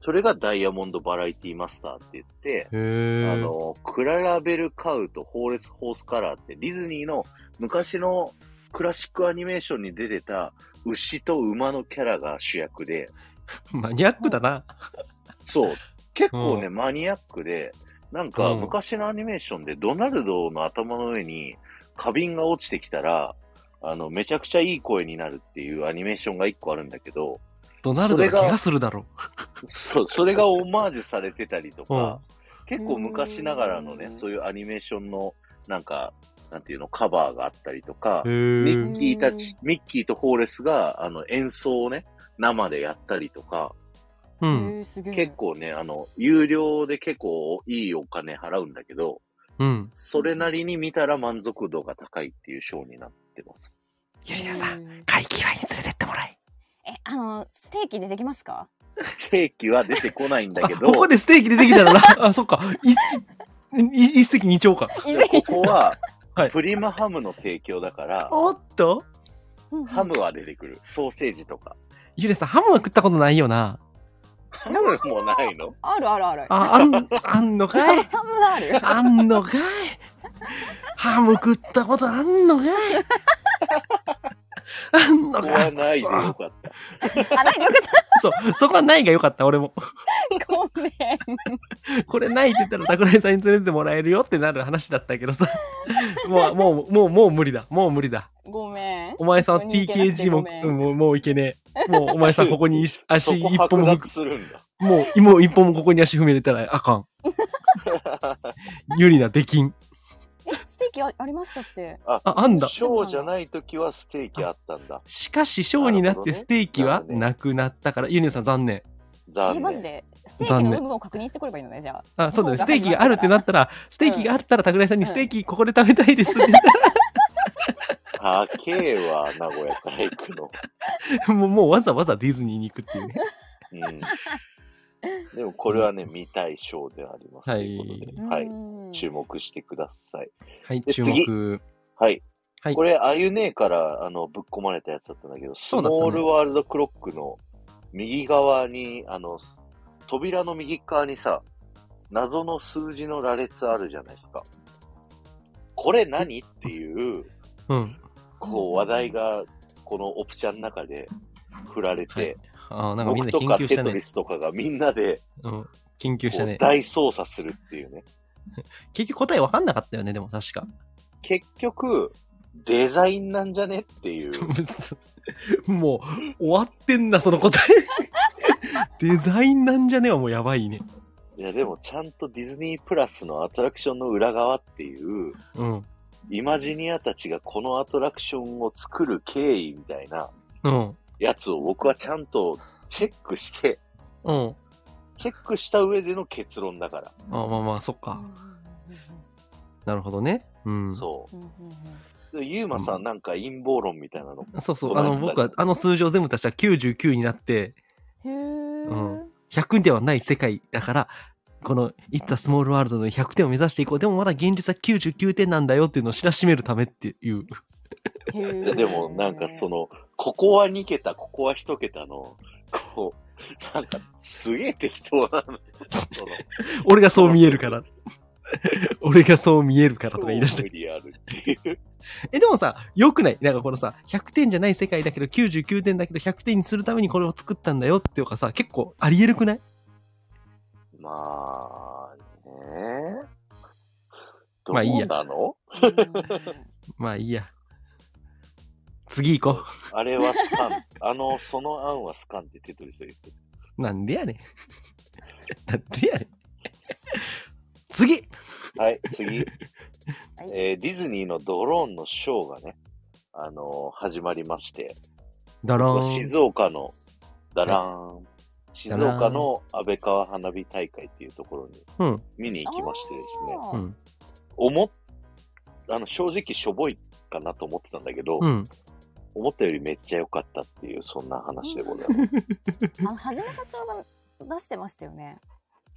それがダイヤモンドバラエティマスターって言って、へあー。の、クララベルカウとホーレスホースカラーってディズニーの昔のクラシックアニメーションに出てた牛と馬のキャラが主役で、マニアックだな。そう。結構ね、うマニアックで、なんかうん昔のアニメーションでドナルドの頭の上に花瓶が落ちてきたら、あの、めちゃくちゃいい声になるっていうアニメーションが一個あるんだけど、 ドナルドが怪我するだろそう、それがオマージュされてたりとう。うか、結構昔ながらのうね、んそういうアニメーションの、なんか、なんていうの、カバーがあったりとかん。、ミへッえ。キーたち、ミッキーとホーレスが、あの、演奏をね、生でやったりとか、うへん。ーすげえ。結構ね、あの、有料で結構いいお金払うんだけど、うん。それなりに見たら満足度が高いっていう賞になってます。ゆりなさん、へー会期祝いに連れてってもらい。え、あの、ステーキ出てきますか ステーキは出てこないんだあけど、ここでステーキ出てきた らな。あ、そっか。いい一石二鳥か。以でもここははいプリマハムの提供だから、おっとハムは出てくる。ソーセージとか。ゆりなさん、ハムは食ったことないよな。ハムもないのあるあるある。あ、あん、あんのかいハムある。あんのかいハム食ったことあんのかいあんのここかはいないでよかった。あ、ないでよかっそう、そこはないがよかった、俺も。た。ごめん。これないって言ったら、桜井さんに連れてもらえるよってなる話だったけどさ。もう、もう、もう、もう無理だ。もう無理だ。ごめん。お前さんここに行けなくて TKG ごも、めんうんもう、もういけねえ。もう、お前さんここに足そ足こ一歩剥も踏奪するんだ。む、もう、もう一歩もここに足踏み入れたらあかん。ゆりな、できん。え、ステーキあありましたって。あ、あんだ。賞じゃない時はステーキあったんだ。しかし、ショーになってステーキはなるほどねなくなったから、ゆりなさん残念。残え、念。マジでステーキの有無を確認してくればいいのね、じゃあ。あ、そうだね。そスうだテーキがあるってなったら、ステーキがあったら、たぐらさんにうんステーキここで食べたいですって言った高えわ、名古屋から行くの。ら、 もう、もうわざわざディズニーに行くっ ていうね。うん。でもこれはね、見たいショーではあります。はいということで。はうい。ん注目してください。はい、で注次目。はい。はいこれ、あゆねえからあのぶっ込まれたやつだったんだけど、スそうだったねモールワールドクロックの右側に、あの、扉の右側にさ、謎の数字の羅列あるじゃないですか。これ何っていう、うん。こう話題が、このオプチャンの中で振られて、はい。あーなんかみん僕なと研か究しテたトねリ。スとかがみんなでうん。研究したこうね。大操作するっていうね。結局答えわかんなかったよね、でも確か。結局、デザインなんじゃねっていう。 もう、終わってんな、その答え。 デザインなんじゃねえはもうやばいね。いや、でもちゃんとディズニープラスのアトラクションの裏側っていう、うん。イマジニアたちがこのアトラクションを作る経緯みたいなうん。やつを僕はちゃんとチェックして、うん。チェックした上での結論だから。あまあまあ、そっか。なるほどね。うん。そそうんうんうんう。でゆうまさんなんか陰謀論みたいなの。うそうごあめんの、僕は、あの数字を全部足したら99になって、うんうんへー100ではない世界だから、この、いったスモールワールドの100点を目指していこう。でもまだ現実は99点なんだよっていうのを知らしめるためっていう。へーいやでもなんかその、ここは2桁、ここは1桁の、こう、なんかすげえ適当なのよ。その俺がそう見えるから。俺がそう見えるからとか言い出した超無理あるっていう。え、でもさ、よくないなんかこのさ、100点じゃない世界だけど、99点だけど、100点にするためにこれを作ったんだよっていうかさ、結構ありえるくないまあね。どまあいいやうなのまあいいや。次行こあれはスカン。あの、その案はスカンってテトリスで言ってる。う。なんでやねん。なん でやねん。次はい、次。はいえーディズニーのドローンのショーがね、あのー始まりまして、ドローン。静岡の、ダラーン。静ダラーン岡の安倍川花火大会っていうところにうん。見に行きましてですね、あうーん。思っ、あの、正直しょぼいかなと思ってたんだけど、うん。思ったよりめっちゃ良かったっていう、そんな話でございます。あのはじめ社長が出してましたよね。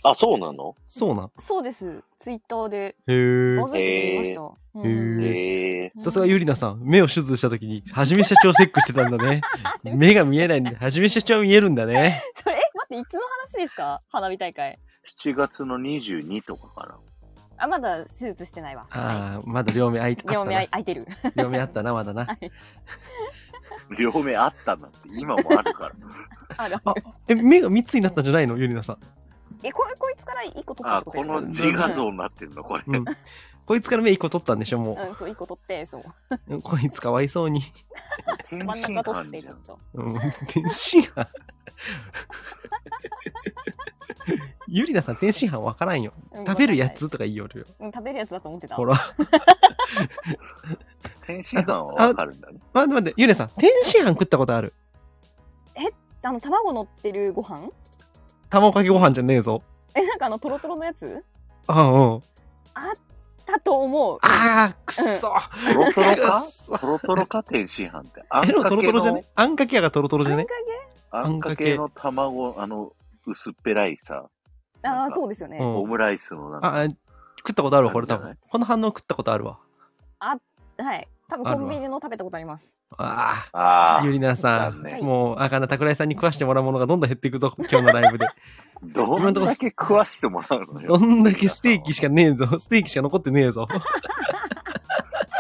あ、そうなのそうなん。そうです。ツイッターでへえバ。ズってきました。うんへーへえさすがゆりなさん、目を手術した時に、はじめ社長チェックしてたんだね。 目が見えないんで、はじめ社長見えるんだね。それえ待っていつの話ですか花火大会。 7月の22とかかあまだ手術してないわ。はああ、まだ両目開いてい。両あ目ったな開いてる。両目あったな、まだな。な。両目あったなって、今もある から。あるあえ、目が3つになったんじゃないのゆりなさん。えここいつから一個取ったあ、ってことこの自画像になってんの、これ。うん。 こいつから目1個取ったんでしょ、もうんそう一個取ってそうう。こいつかわいそうに。天真ん津中取飯ってじちゃょっん。と。うん。天津飯。 ゆりなさん、天津飯わからんよ。うん食べるや。つとか言いよるよ。うん食べるやつだと思ってた。ほら。天津飯はわかるんだね。待って待って、ゆりなさん、天津飯食ったことあるあの卵乗ってるご飯？卵かけご飯じゃねえぞ。えなんかあのトロトロのやつ？うんうん。だと思う。あー、くっそ。トロトロくっかそ。トロトロか天津飯って。あんえ、でもかトロけトロじゃねの、あんかけやがトロトロじゃあんねかあんかけの卵、あの、薄っぺらいさ、けああそうですよね。うんオムライスのなんか、あ、あ食ったことあるわ、これ多あるん分じ。この反応食ったことあるわ。はい。多分コンビニの食べたことあります。あー。ああゆ、りなさ残ん、念もう、あかなたくらいさんに食わしてもらうものがどんどん減っていくぞ、今日のライブ で。どんだけ食わしてもらうのよ。どんだけステーキしかねえぞ、ステーキしか残ってね えぞ。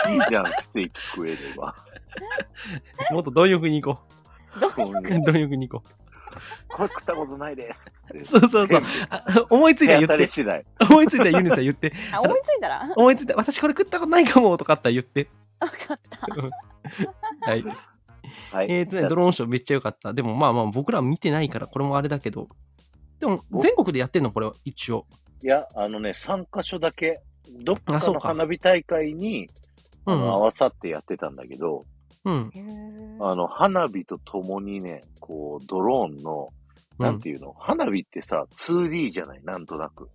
いいじゃん、ステーキ食えれば。もっと貪欲に行ここう。貪欲に行これ食った ことないですって。う。そうそ うそう。あ思いついたら手当言たってり。次第。思いついたらゆりなさん 言って。あ思いついたら。思いついたら、私これ食ったことないかも、とかあったら言って。分かった。 はい。はい。えーとね、ドローンショーめっちゃ良かった。でもまあまあ、僕ら見てないから、これもあれだけど。でも、全国でやってんのこれは、一応。いや、あのね、3箇所だけ、どっかあそのうか花火大会に、うあの合ん。わさってやってたんだけど、うん。へーあの、花火とともにね、こう、ドローンのなんていうの、花火ってさ、2D じゃない、なんとなく。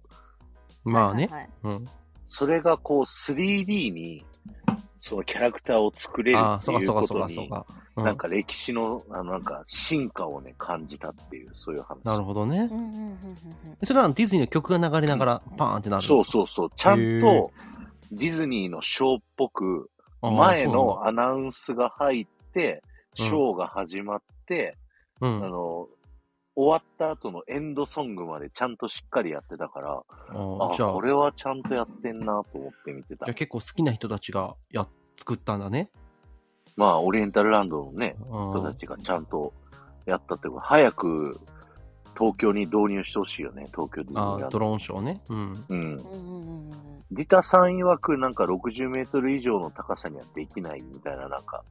まあね。はいはいはいうん。それがこう 3D に、そのキャラクターを作れるああ、ってそうかいうそうこかそうとかそうに、か。うんなんか歴史の、あなんか進化をね、感じたっていう、そういう話。なるほどねうん。うんうんうんそれはディズニーの曲が流れながら、パーンってなる。そうそうそう。ちゃんへえと、ディズニーのショーっぽく、ああ前そうのアナウンスが入って、うんショーが始まって、なんだあの、終わった後のエンドソングまでちゃんとしっかりやってたから、うん。ああ、あじゃあこ、れはちゃんとやってんなと思って見てたじゃあ。結構好きな人たちがやっ作ったんだね。まあ、オリエンタルランドのね、うん人たちがちゃんとやったっていうか、早く東京に導入してほしいよね、東京ディズニあーラあンドド。ローンショーね。うん。うん。うんうんうんうんリタさん曰く、なんか60メートル以上の高さにはできないみたいな、なんか、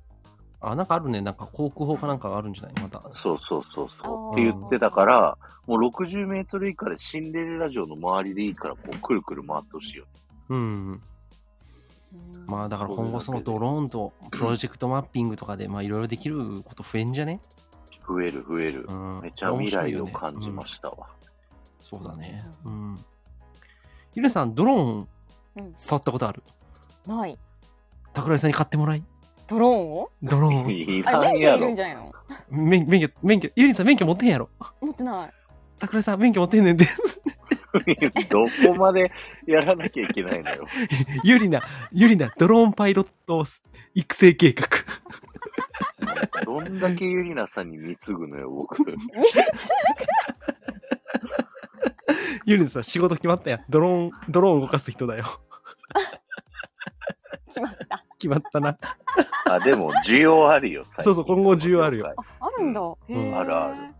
あ、なんかあるね。なんか航空法かなんかがあるんじゃないまた。そうそうそうそうあーって言ってたから、もう60メートル以下でシンデレラ城の周りでいいから、こう、くるくる回ってほしいよ。うん。うんまあだから今後そのドローンとプロジェクトマッピングとかで、まあいろいろできること増えんじゃね増える増えるう。ん。めちゃ未来を感じまししたわ。た。そうだね。う。うんゆれさん、ドローンうん触ったことあるない。桜井さんに買ってもらいドローンをドローン。いあられ、ん免許やいるんろじ。ゃないの免免許、免許、ゆりさん免許持ってへんやろ。持ってない。桜井さん免許持って んねんで。どこまでやらなきゃいけないのよ。ゆりな、ゆりな、ドローンパイロット育成計画。 どんだけゆりなさんに貢ぐのよ、僕。ゆりなさん仕事決まったやん。ドローン、ドローン動かす人だよ。 決まった。決まったな。あ、でも、需要あるよ、最近そうそう今後需要あるよ。あ、あるんだ。へーあるある。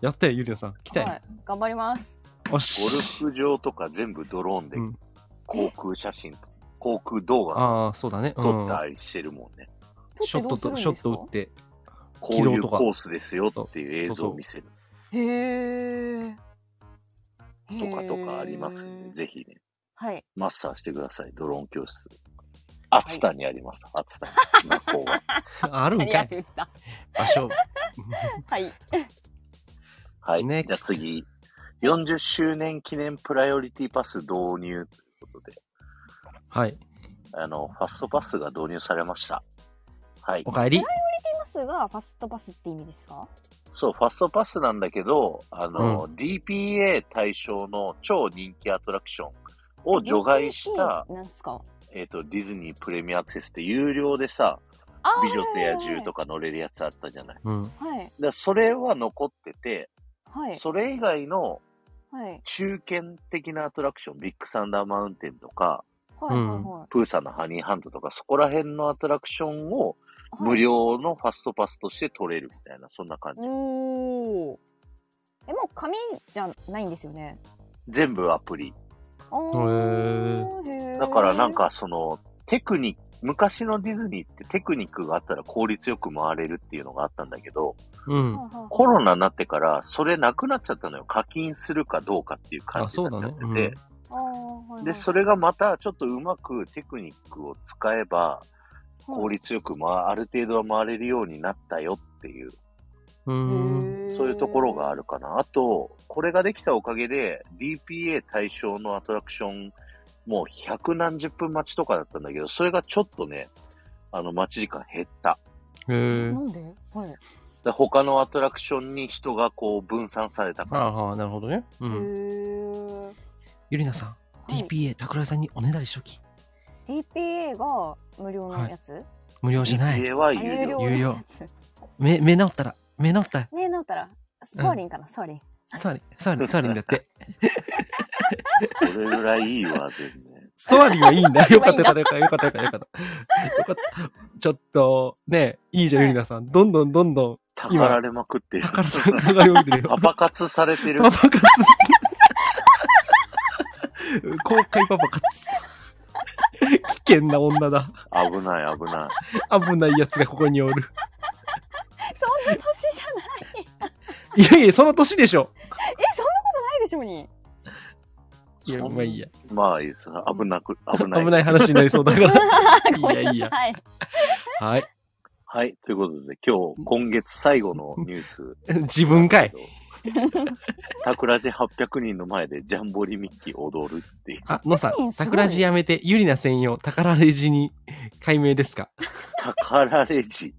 やったよ、ゆりなさん。来たよ。はい。頑張ります。おゴルし。フ場とか全部ドローンでうん航空写真、航空動画ああ、そうだね。う撮っんた。りしてるもんね。ショットと、ショット打って。こ軌うい道うとかコースですよっていう映像を見せるて。へえ。とかとかありますんで、へぜーひね、はい。マスターしてください、ドローン教室。熱田にあります、熱田 に。学校が。あるんか早いく。言った。場所。 はい。はい。じゃ Next あ次。40周年記念プライオリティパス導入ということで、はい。あの、ファストパスが導入されました。はいお。かえり。パスがファストパスって意味ですかそう、ファストパスなんだけど、あの、DPA 対象の超人気アトラクションを除外した、。なんすかえっ、と、ディズニープレミアアクセスって有料でさ、あー美女と野獣とか乗れるやつあったじゃない。だかうん。はい。らそれは残ってて、はい。それ以外のはい。中堅的なアトラクション、ビッグサンダーマウンテンとか、はい。はいはプーさんのハニーハントとか、そこら辺のアトラクションをい。無。料のファストパスとして取れるみたいな、そんな感じ。おー。え、もう紙じゃないんですよね。全部アプリ。あーへーだからなん、かその、テクニック、昔のディズニーってテクニックがあったら効率よく回れるっていうのがあったんだけど、うん。はいはいコロナになってからそれなくなっちゃったのよ。課金するかどうかっていう感あ、じにそうなだっちゃっ。ねうんてて、あーはいで、はいそれがまたちょっとうまくテクニックを使えば、はい効率よく、まあ、ある程度は回れるようになったよっていう、うへん。ーそういうところがあるかな。あと、これができたおかげで、DPA 対象のアトラクション、もう百何十分待ちとかだったんだけど、それがちょっとね、あの、待ち時間減った。へえな。んではい。で他のアトラクションに人がこう分散されたから。ああ、なるほどね。うへん。ーゆりなさん、はい DPA、桜井さんにおねだりしとき。 DPA が無料のやつ、無料じゃない。 DPA はあ有料。有料のやつ。目、目治ったら、目治ったら、ねえ、なったら、ソーリンかな、ソーリン。ソアリン、ソアリン、ソアリンだ って。それぐらいいいわ、全然。ソアリンはいいん だ。よかったよかったよかったよかったよかった。よかった。ちょっと、ね、いいじゃん、ゆりなさん。どんどんどんどん、たかられまくってる。宝さんが上げてるよパ。パ活されてるパ。パ活。公開パパ活。危険な女だ。危ない、危ない。危ない奴がここにおる。そんな年じゃないいやいや、その年でしょ。ないでしょうに。いや、まあいいや。まあいいです。危なく、危ない。危ない話になりそうだから。ごめんなさいやいやはい。はい。はい。ということで、今日、今月最後のニュース。 自分かい。桜地800人の前でジャンボリミッキー踊るっていう。あ、のさ何ん、すごい桜地やめて、ゆりな専用、宝レジに解明ですか宝レジ。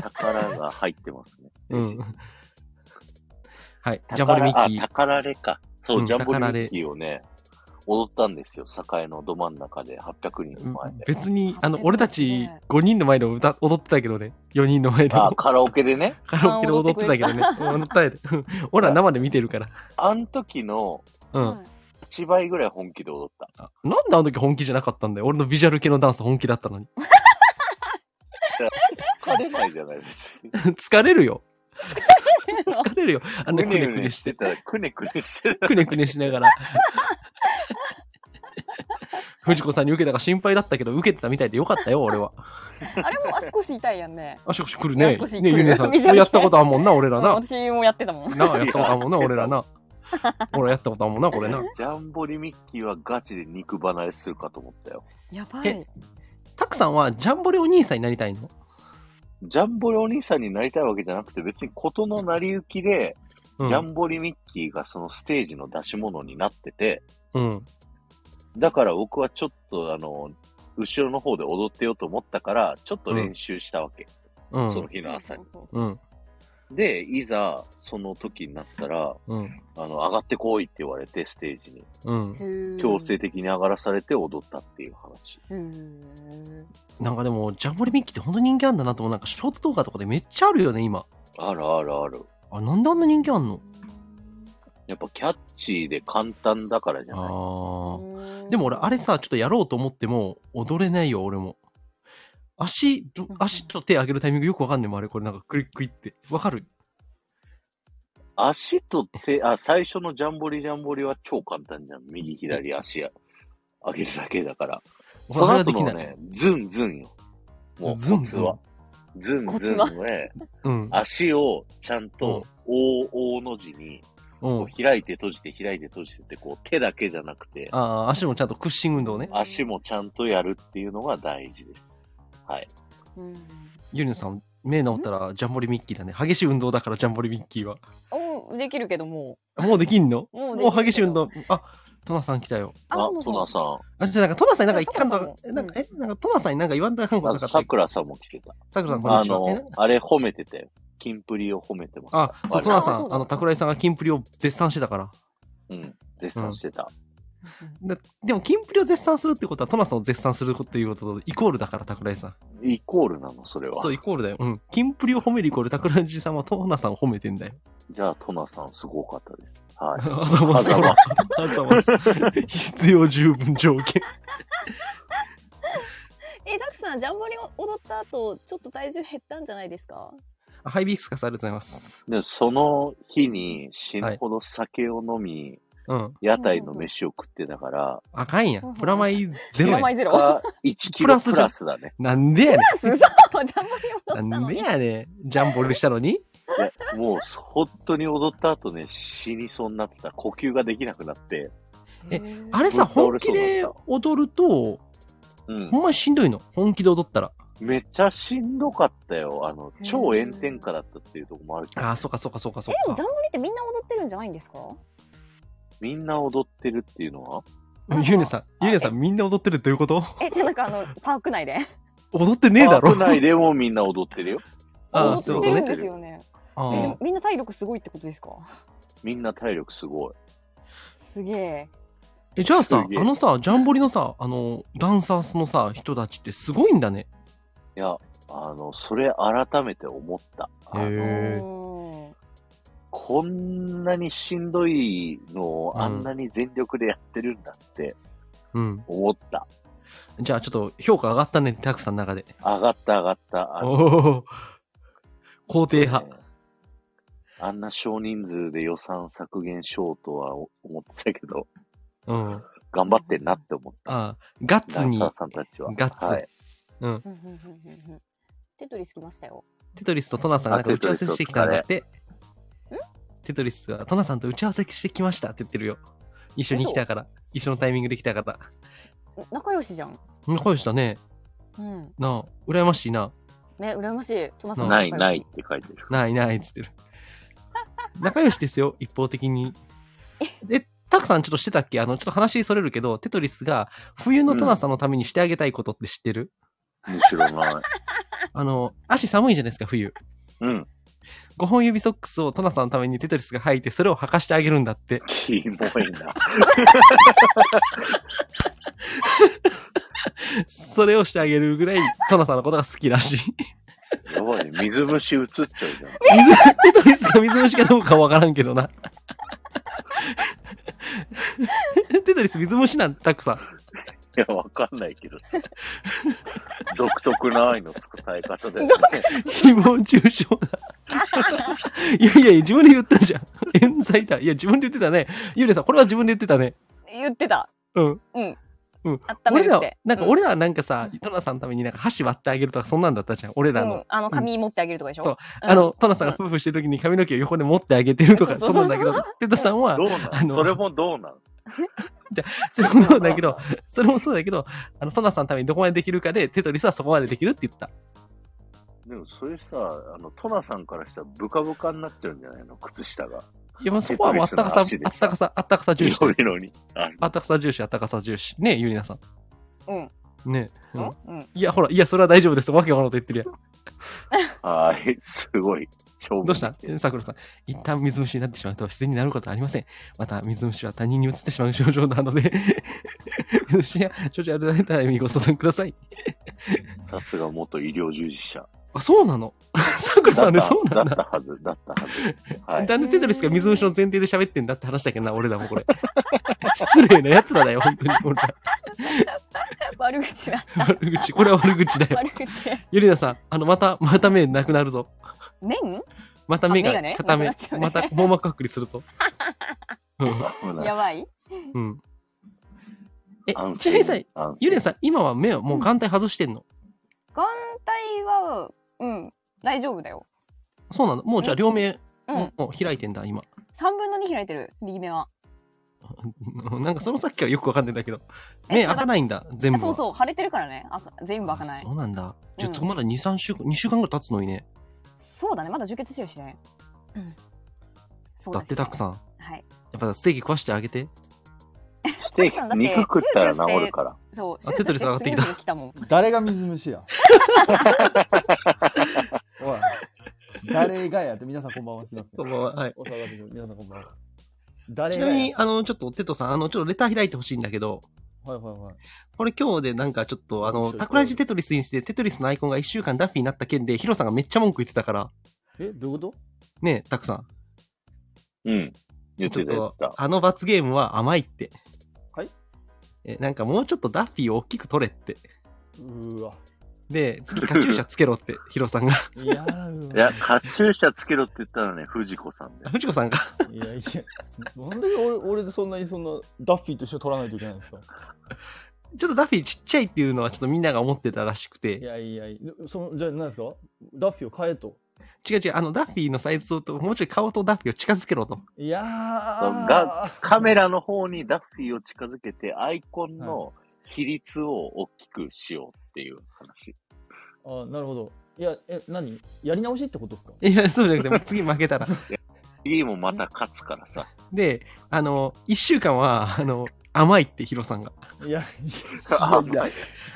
宝が入ってますね。うレジん。 はい、ジャンボリミッキあ、ー。宝レか。そう、うんジャンボリミ宝レッキーをね、踊ったんですよ。栄のど真ん中で800人の前で。別に、あの、 800俺たち5人の前で歌踊ってたけどね。4人の前でも。あ、カラオケでね。 カラオケで踊ってたけどね。踊ったやで。うん俺ら生で見てるから。あん時のうん。 1倍ぐらい本気で踊った。あなんであの時本気じゃなかったんだよ。俺のビジュアル系のダンス本気だったのに。 疲れないじゃないですか。疲れるよ。 疲れるよ。あの、くくねねくくねねししてて、たら、くねくねしてた。くねくねしな がら。藤子さんに受けたか心配だったけど、受けてたみたいでよかったよ、俺は。あれも足腰痛いやんね。あ、しかし来るね。足腰ね来るゆねさん。ビジュアル系やったことあるもんな、俺うらんな。私もやってたもん。なあ、やったことあるもんな、俺らな。俺らやったことあるもんな、これ な。ジャンボリミッキーはガチで肉離れするかと思ったよ。やばえい。たくさんはジャンボリお兄さんになりたいのジャンボリお兄さんになりたいわけじゃなくて、別に事の成り行きで、うジャん。ンボリミッキーがそのステージの出し物になってて、うん。だから僕はちょっとあの、後ろの方で踊ってようと思ったから、ちょっと練習したわけ。うそのん。日の朝に。うん。で、いざ、その時になったら、うん。あの、上がってこいって言われて、ステージに。うん。強制。的に上がらされて踊ったっていう話。なんかでも、ジャンボリミッキーって本当人気あんだなと思う。なんかショート動画とかでめっちゃあるよね、今。あるあるある。あ、なんであんな人気あんのやっぱキャッチーで簡単だからじゃないああ。ででも俺、あれさ、ちょっとやろうと思っても、踊れないよ、俺も。足、どうん足と手上げるタイミングよくわかんねえもん、あれ。これなんかクリックイって。わかる足と手、あ、最初のジャンボリジャンボリは超簡単じゃん。右左足や上げるだけだから。 俺そあのれは後できのない。ね、ズンズンよ。もう、ズンコツズンは。。ズンズンコのね、うん。足をちゃんと、大、大の字に、うんこ。う開いて閉じて開いて閉じてって、こう手だけじゃなくて、ああ、足もちゃんと屈伸運動ね。足もちゃんとやるっていうのが大事です。はい。ゆりなさん、目治ったらジャンボリミッキーだね。激しい運動だから、ジャンボリミッキーは。うん、できるけどももうできんのう。もうでもきうるけど激しい運動。あ、トナさん来たよ。あ、もうトナさん。あ、じゃあなんかトナさんになんか一貫そもとそもなんか、え、なんかトナさんになんか言わんとあかんことあなかったさ。くらさんも来てた。さくらさん、こんあにちは。えなんの、あれ褒めてたよ。キンプリを褒めてました。あ、そう、トナさ、あそうんだあの、桜井さんがキンプリを絶賛してたから。うん。絶賛してた。だでも、キンプリを絶賛するってことは、トナさんを絶賛するっていうこととイコールだから、桜井さん。イコールなの、それは。そう、イコールだよ。うん。キンプリを褒めるイコール、桜井さんはトナさんを褒めてん だよ。じゃあ、トナさんすごかったです。はい。 あざまあす。ざまあざます。必要十分条件。え、ダクさん、ジャンボリ踊った後、ちょっと体重減ったんじゃないですかあハイビスカスありがとうございます。で、その日に死ぬほど酒を飲み、うん。屋台の飯を食ってたから、あかんやん。プラマイゼプロラやマん。イゼロ。が1キロプラスだね。なんでやね嘘 ジャンボリ踊 ったん。なんのでに。やねん。ジャンボルしたのにいやもう本当に踊った後ね、死にそうになってた。呼吸ができなくなって。えあれさ、ぶ本っ気倒れで踊ると、うんほ。んまにしんどいの。本気で踊ったら。めっちゃしんどかったよ。あの、超炎天下だったっていうところもあるけどああ、そうかそうかそうかそえ、でうもジかャン。ボリってみんな踊ってるんじゃないんですかみんな踊ってるっていうのはなんかゆうねさん、ゆうねさんみんな踊ってるってどういうことえ、じゃあなんかあの、パーク内で。踊ってねえだろ。国内でもみんな踊ってるよ。あ踊あ、ってそういるうことんね。ですよね。あえ、でーもみんな体力すごいってことですかみんな体力すごい。すげえ。え、じゃあさす、げえあのさ、ジャンボリのさ、あの、ダンサーのさ、人たちってすごいんだね。いや、あの、それ改めて思った。あのへえうんこんなにしんどいのをあんなに全力でやってるんだってうん。思った。じゃあちょっと評価上がったね、たくさんの中で。上がった上がった。あのおお。肯定派。ねあんな少人数で予算削減しようとは思ってたけど、うん。あ頑張ってんなって思った。あ、ガッダツンにサ、ーさんたちは。ガッツはい、うん。うんうんうんうんうんテトリス来ましたよ。テトリスとトナさんがなんかあ打ち合わせしてきたんだってトリスお疲れ。テトリスはトナさんと打ち合わせしてきましたって言ってるよ。一緒に来たから。一緒のタイミングで来たから。仲良しじゃん。仲良しだね。うん。なあ、羨ましいな。ね、羨ましい。トマさんうんもな仲い良しないっ。て書いてる。ないないっつってる。仲良しですよ、一方的に。で、たくさんちょっとしてたっけあの、ちょっと話それるけど、テトリスが冬のトナさんのためにしてあげたいことって知ってる、むしろない。あの、足寒いじゃないですか、冬。うん。 5本指ソックスをトナさんのためにテトリスが履いて、それを履かしてあげるんだって。キモいな。それをしてあげるぐらい、トナさんのことが好きらしい。やばい、水虫映っちゃうじゃん。水テトリスが水虫かどうかわからんけどな。テトリス水虫なんてたくさん。いや、わかんないけど さ。独特な愛の伝え方だよね。誹謗中傷だ。いやいや、自分で言ったじゃん。冤罪だ。いや、自分で言ってたね。ゆうりさん、これは自分で言ってたね。言ってた。うん。うん。うん温め俺るっらて。、なんか俺らなんかさ、トナさんのためになんか箸割ってあげるとか、そんなんだったじゃん。俺うらの。ん、あの髪持ってあげるとかでしょ、そううんあの、トナさんが夫婦してる時に髪の毛を横で持ってあげてるとか、そうそそうんなんだけど、テトさんはど、うなあののそれもどうなのそれもそうだけど、それもそうだけど、あの、トナさんのためにどこまでできるかで、テトリスはそこまでできるって言った。でもそれさ、あの、トナさんからしたらブカブカになっちゃうんじゃないの靴下が。いや、まあそこはもうあったかさ、あテトリスの足でったかさ、あったかさ重視。広いのに。あ、あったかさ重視、あったかさ重視。ねえ、ゆりなさうん。ん。ねえ。うんうん。いや、ほら、いや、それは大丈夫です。わけわからんこと言ってるやん。はーい、すごい。勝負どうしたさくらさん。一旦水虫になってしまうと自然になることはありません。また、水虫は他人に移ってしまう症状なので、 水虫や症状あるだけたらご相談ください。さすが元医療従事者。あ、そうなの さくらさんね、だったそうなんだっだ。たはず、だったはず。はい。なんでテトリスが水虫の前提で喋ってんだって話だけどな、俺らもこれ。 失礼な奴らだよ、本当に。俺ら。 悪口だ。悪口。これは悪口だ よ。悪 口。ゆりなさん、あの、また、また目なくなるぞ。麺また目あ目ががね固め、なくなっちゃうねまた網膜剥離する ぞ。うん危ないやばいうん。え安、ち静なみにさ、安静ゆりやさん、今は目はもう眼帯外してんの、眼帯は、うん、大丈夫だよ。そうなのもうじゃあ両目、うん。もう開いてんだ、今。 3分の2開いてる、右目は。なんかそのさっきからよくわかんないんだけど。え目開かないんだ、全部あは。そうそう、腫れてるからね。あか全部開かないあそ。うなんだ。じゃうあ、んそこまだ2、3週間、2週間ぐらい経つのにね。そうだね、まだ充血してるしね。うん。そうだってたくん。さん。やはい。っぱステーキ食わしてあげて。ステーキ、肉食ったら治るから。そう、あテトリス上がってきた手術してすぐ来 たもん。誰が水虫 やおい誰がやって皆さんこんばんはすいませばんんは。はい。お騒がせく皆さんこんばんは誰ちがなやみに、あの、ちょっとテトさん、あの、ちょっとレター開いてほしいんだけど、はいはいはいこれ今日でなんかちょっと、あ面の、白いタクラジテトリスにして、テトリスのアイコンが1週間ダッフィーになった件で、ヒロさんがめっちゃ文句言ってたから、えどういうことねえ、たくさん。うん。言っちてょった言っとてた。あの罰ゲームは甘いって。はいえ、なんかもうちょっとダッフィーを大きく取れって。うーわで、次カチューシャつけろ って、ヒロさんが。いやーうわいや、カチューシャつけろって言ったらね、藤子さんで。藤子さんが。いやいやなんで俺俺でそんなにそんなダッフィーと一緒に取らないといけないんですかちょっとダッフィーちっちゃいっていうのはちょっとみんなが思ってたらしくいて。やいやいやそのじゃあ何ですかダッフィーを変えと違う違う、あのダッフィーのサイズと、もうちょい顔とダッフィーを近づけろと。いやーがカメラの方にダッフィーを近づけて、アイコンの比率を大きくしようっていう話。あなるほどいやえ何やり直しってことですかいや、そうじゃなくて、もう次負け たら。次もまた勝つからさ。で、あの、1週間は、あの、甘いってヒロさんが。いや あいや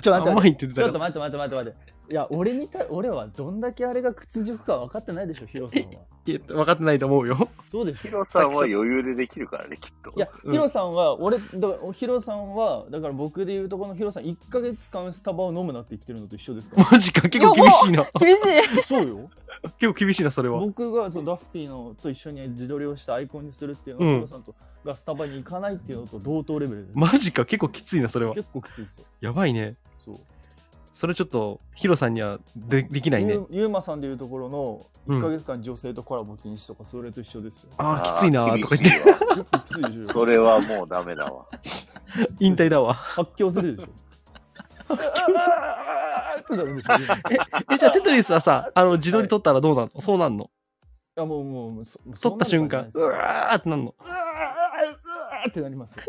ちょっと待って甘いって言ってちょたっから。と待って待って待って待って。いや、俺にた俺はどんだけあれが屈辱か分かってないでしょ、ヒロさんは。いや分かってないと思うよ。そうでしヒょ。ロさんは余裕でできるからね、きっと。いや、うんヒロさんは、俺、だからヒロさんは、だから僕で言うところのヒロさん、1ヶ月間スタバを飲むなって言ってるのと一緒ですか ら。マジか、結構厳 しいな。結厳しい。そうよ。構厳しいな、それは。 僕がそうダッフィーのと一緒に自撮りをしてアイコンにするっていうのは、うんヒロさんとがスタバに行かないっていうのと同等レベルです。マジか、結構きついな、それは。結構きついですよ。やばいね。そう。それちょっとヒロさんにはでできないねゆうゆうまさんでいうところの、うん1ヶ月間女性とコラボ禁止とか、それと一緒ですよ。ああきついなーとか 言ってて。。結構きついでしょそれはもうダメだ わ。引退だわ発狂するでしょ。ってなるでしょ。今いえじゃあテトリスはさあの自撮り撮ったらどうなのそうなんのやもうもうもうそもうそ撮んっなた瞬間のじゃないですうようわわーってなんのーってなりますよ。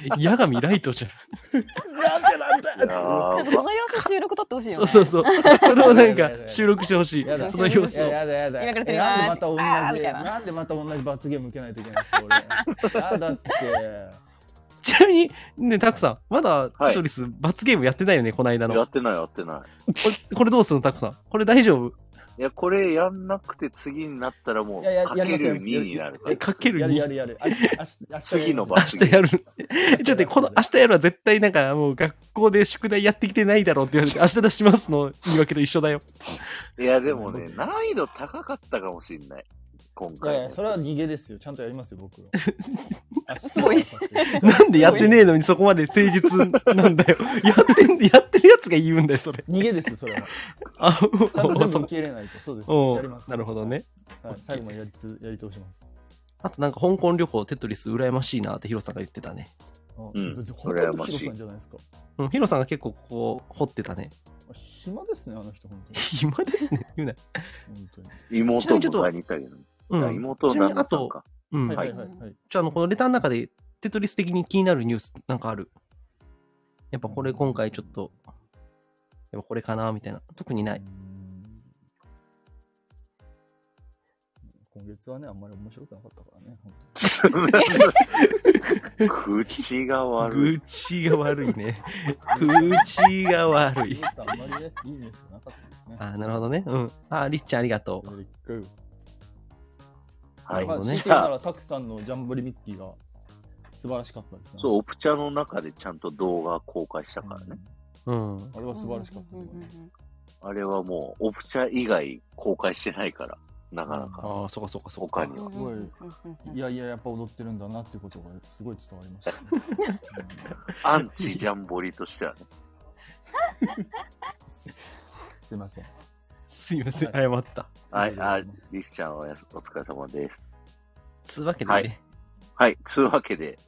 え八神ライトじゃんなんでなんいやちょっとーその様子収録撮ってほしいよそうね。そうそう。それをなんか収録してほしいやだ。その様子いを。ややだやだ。今から撮えりなんでまますた同あーみじたいななんでまた同じ罰ゲーム受けないといけないんですか俺。やだって。ちなみに、ね、タクさん、まはだいテトリス罰ゲームやってないよね、この間やのっ。てない、やってない。これこれどうするの、タクさん。これ大丈夫いや、これやんなくて次になったらもう、いやいやかやりけまするやります2になるから。えかけるやるにやるやる。あしあし明日次の明罰日ゲームやる。ちょっとねこの明日やるは絶対なんかもう学校で宿題やってきてないだろうって言われて、明日出しますの言い訳と一緒だよ。いや、でもね、難易度高かったかもしれない。今いやい回やの。それは逃げですよ。ちゃんとやります よ、僕は。すごいなんでやってねえのにそこまで誠実なんだよ。 やってん、やってるやつが言うんだよ、それ。逃げですよ、それは。あ、ちゃんと全部そう受け入れないと。そうです。おやうります。なるほどね。はい。最後までやりつやり通します。あとなんか香港旅行、テトリス羨ましいなってヒロさんが言ってたね。うんほとんどヒロさんじゃないですか。うん、ヒロさんが結構ここ掘ってたね。 暇ですね、あの人、本当に。暇ですね。言うな。本当に妹を迎えに行ったけどね。うあん。妹の旦那さんか。うん。はいははいいはいはい。じゃあ、あの、このレターの中で、テトリス的に気になるニュースなんかあるやっぱこれ今回ちょっと、やっぱこれかなみたいな。特になういー。ん。今月はね、あんまり面白くなかったからね。本口が悪い。愚痴が悪いね。 口が当悪にい。今月はあんまりね、いいニュースがなかったですね。あ、なるほどね。うん。あ、りっちゃんありがとそれで一は回なるほまあ、どい。ね強いてじ言うなゃあ、ら、たくさんのジャンボリミッキーが素晴らしかったですね。そう、オプチャの中でちゃんと動画公開したからうねん。う。うん。あれは素晴らしかったと思います。あれはもう、オプチャ以外公開してないから、なかなか。ああ、そうかそうかそう他かに。すごいいやいや、やっぱ踊ってるんだなってことがすごい伝わりましたね、うんアンチジャンボリとしてはね。すいません。すいません、謝った。はい、あ、リスちゃんはお疲れ様です。つうわけではねい。はい、つうわけで、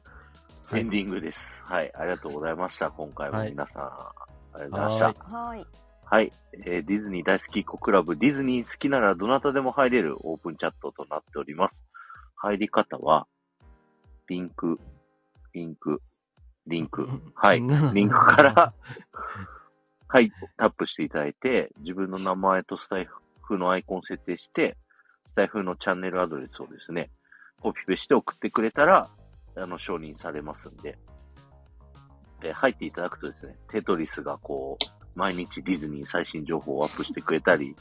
はエいンディングです。はい、ありがとうございました。今回もはい皆さん、ありがとうございました。ははいい、はい。えーディズニー大好きっ子クラブ、ディズニー好きならどなたでも入れるオープンチャットとなっております。入り方は、リンク、リンク、リンク、はい、リンクから。はい、タップしていただいて、自分の名前とスタイフのアイコンを設定して、スタイフのチャンネルアドレスをですね、コピペして送ってくれたら、あの、承認されますんで、え入っていただくとですね、テトリスがこう、毎日ディズニー最新情報をアップしてくれたり、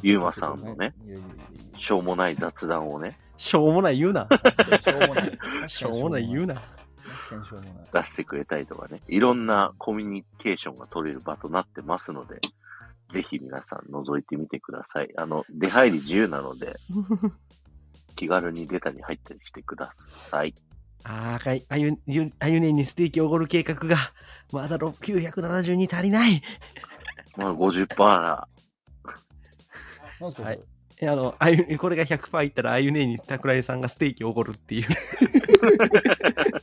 ゆうまさんのねいやいやいやいや。しょうもない雑談をね、 しょうもない言う な。確かにしょうもない。しょうもない言うな。確かにしょうもない。出してくれたりとかね、いろんなコミュニケーションが取れる場となってますので、ぜひ皆さん覗いてみてください。あの、出入り自由なの で、気軽に出たり入ったりしてください。あーかい、あゆ、ゆ、あゆねにステーキおごる計画が、まだ972足りない。まあ、50%ななんすか、はいえあの、あゆ、これが100%いったら、あゆねに桜井さんがステーキおごるっていう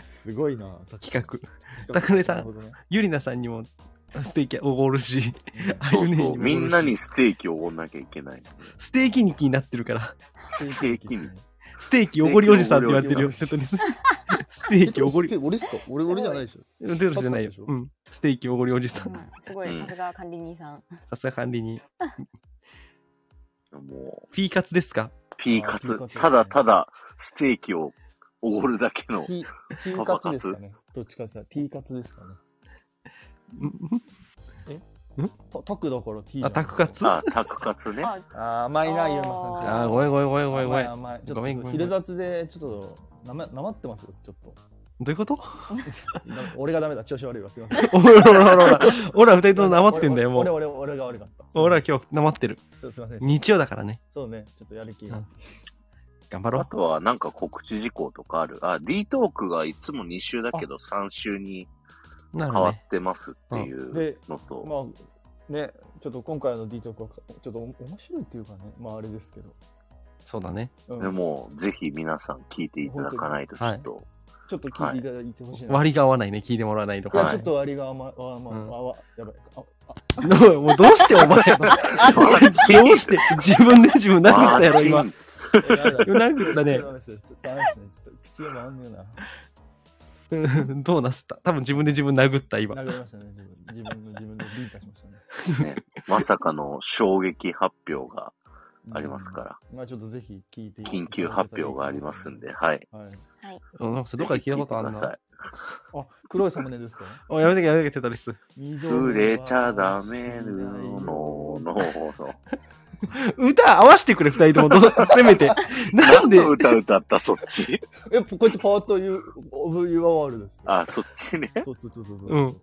すごいな。企画。高根さんなるほどねゆりなさんにもステーキおごるし、あそゆうねにそもう。おごるみしんなに。ステーキをおごんなきゃいけない。ステーキに気になってるから、ステーキに。ステーキおごりおじさんって言われてるよ、ス本テ当ーに。ステえーキおごり、俺っすか俺、俺じゃないでしょ。うんテトリスじゃないよパクさんでしうょ。ん。ステーキおごりおじさん。すごい、さすが管理人さん。さすが管理人。もう、ピーカツですかピーカあーツピーカ。ツただただ、ステーキをおごるだけの。 T, T カツですかね。どっちかって言ったら T カツですかね。うんたタクだから T あ、タクカツあ、タクカツね。あ、あー、甘いな、ゆうまさん。ちょっとあー、ごめんごめんごめんごめんごめん。ど甘い甘い。ちごめんょごっめと、ん昼雑で、ちょっと、なめ、なまってますよ、ちょっと。ういうこと ダメ俺がダメだ、調子悪いわ、すいません。おらおらおらおら。おら、二人ともなまってんだよ、も俺、う。俺、俺俺が悪かった。おら、今日なまってる。ちょっとすいません。日曜だからね。そうね、ちょっとやる気うがん。頑張ろあう。とはなんか告知事項とかある。あ、D トークがいつも2週だけど3週にな変るほどわね。ってますっていうんでうのと、まあ、ね、ちょっと今回の D トークは、ちょっとお面白いっていうかね、まああれですけど。そうだね。うんでもうぜひ皆さん聞いていただかないとちょっと、ちょっと聞いていただいてほしいな。割が合わないね。聞いてもらわないといや、かちょっ。と割が甘い、あまあ、うんあわ、やばい。あおいもうどうしてお前。 どうして自分で自分殴ったやろ、今。マジあ、やだ うなぐったねちょっとダメですね。ちょっとダメですね。ちょっと口が回んねえな。 どうなすった多分自分で自分殴った 今。殴りましたね、自分。自分の、自分でビンタしましたね。ね、まさかの衝撃発表がありますから、ら。まあちょっとぜひ聞いていただけたら緊急発表がありますんで、。はい。はい。うんなんかそれどっかで聞いたことあるぜひ聞いなて。あ、黒いサムネですかおやめてけやめてけテトリくス。ださい。触れちゃダメるるの、の、の。 歌合わせてくれ、二人ともど。せめ て。なんで何の歌歌った、そっち。え、こっちパートユオブユアワールドです。あ、そっちね。そうそうそうそう。うん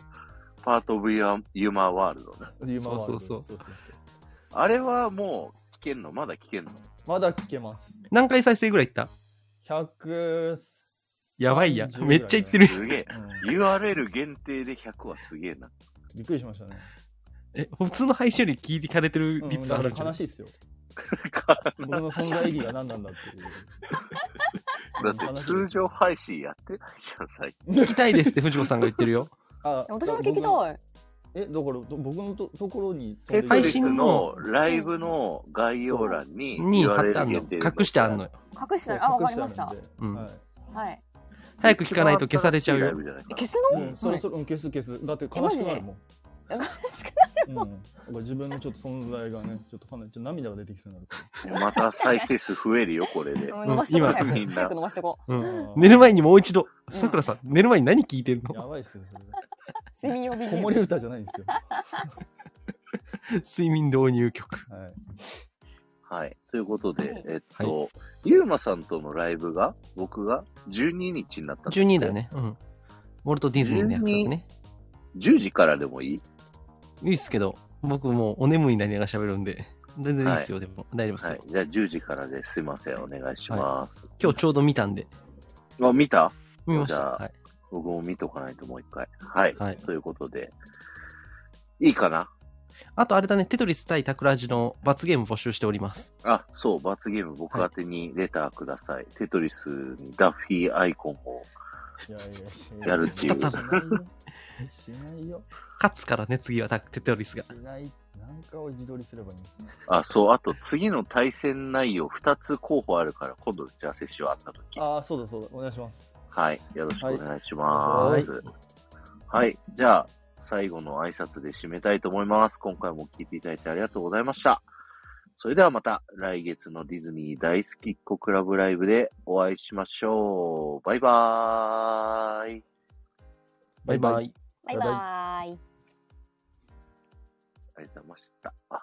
パート・オブ・ユーマー・ワールドね。ユーマワールドそうそうそうそうそうあれはもう聞けんのまだ聞けんのまだ聞けます。何回再生ぐらいいった100やばいやん30ぐらめっちゃいってるすげえ。 うん URL 限定で100はすげえな。びっくりしましたね。え、普通の配信より聞いてかれてるうん率あだかるんらじゃな悲いしいですよ。僕の存在意義が何なんだっていう。だって通常配信やってないじゃん、最近。聞きたいですって藤子さんが言ってる よ。あ 私も聞き僕のたい。え、だからど僕のとところに飛テんトできた配リ信スののライブの概要欄にに貼ってあ URL んの限。定隠してあんのよ。よ。隠してない。あ、わかりました隠。てあうるんんではいはい。早く聞かないと消されちゃう一よ番。新しいライブじゃないか消すの？うん、そろそろうん消す消す。だって悲しくなるもん。えマジでうん、だから自分のちょっと存在がね、ちょっとかなりちょっと涙が出てきそうになるかまた再生数増えるよ、これ で。うん伸ばしてこううん早今みんくな早く伸ばしてこうらん。あー寝る前にもう一度。うんさくらさん、寝る前に何聞いてんやのばいっすよ、そ れう。睡眠用 BGM。子守歌じゃないんですよ。睡眠導入曲。はい。はい。ということで、はいえっと、ゆうまさんとのライブが、僕が12日になったん12だ。ね。うん。ウォルト・ディズニーの約束ね。 10時からでもいいいいっすけど、僕もうお眠いなりながら喋るんで、全然いいっすよ、でも。大丈夫っすよ。はい。じゃあ10時からですいません、お願いします。今日ちょうど見たんで、あ、見た見ましじた。ゃあはい。僕も見とかないともう一回。はい。はいということで、いいかなあとあれだね、テトリス対タクラジの罰ゲーム募集しております。あ、そう、罰ゲーム僕宛てにレターください。テトリスにダッフィーアイコンを。いやいやしやるっていうしないよ。しないよ。勝つからね、次はタテトリスしが。ない。なんかを自撮りすればいいんですね。あ、そう、あと次の対戦内容2つ候補あるから、今度打ち合わせしよう、あった時。ああ、そうだそうだ。お願いします。はい。よろしくお願いしまはいす。はい。じゃあ、最後の挨拶で締めたいと思います。今回も聞いていただいてありがとうございました。それではまた来月のディズニー大好きっ子クラブライブでお会いしましょう。バイバーイ。バイバイ。バイバーイ。ありがとうございました。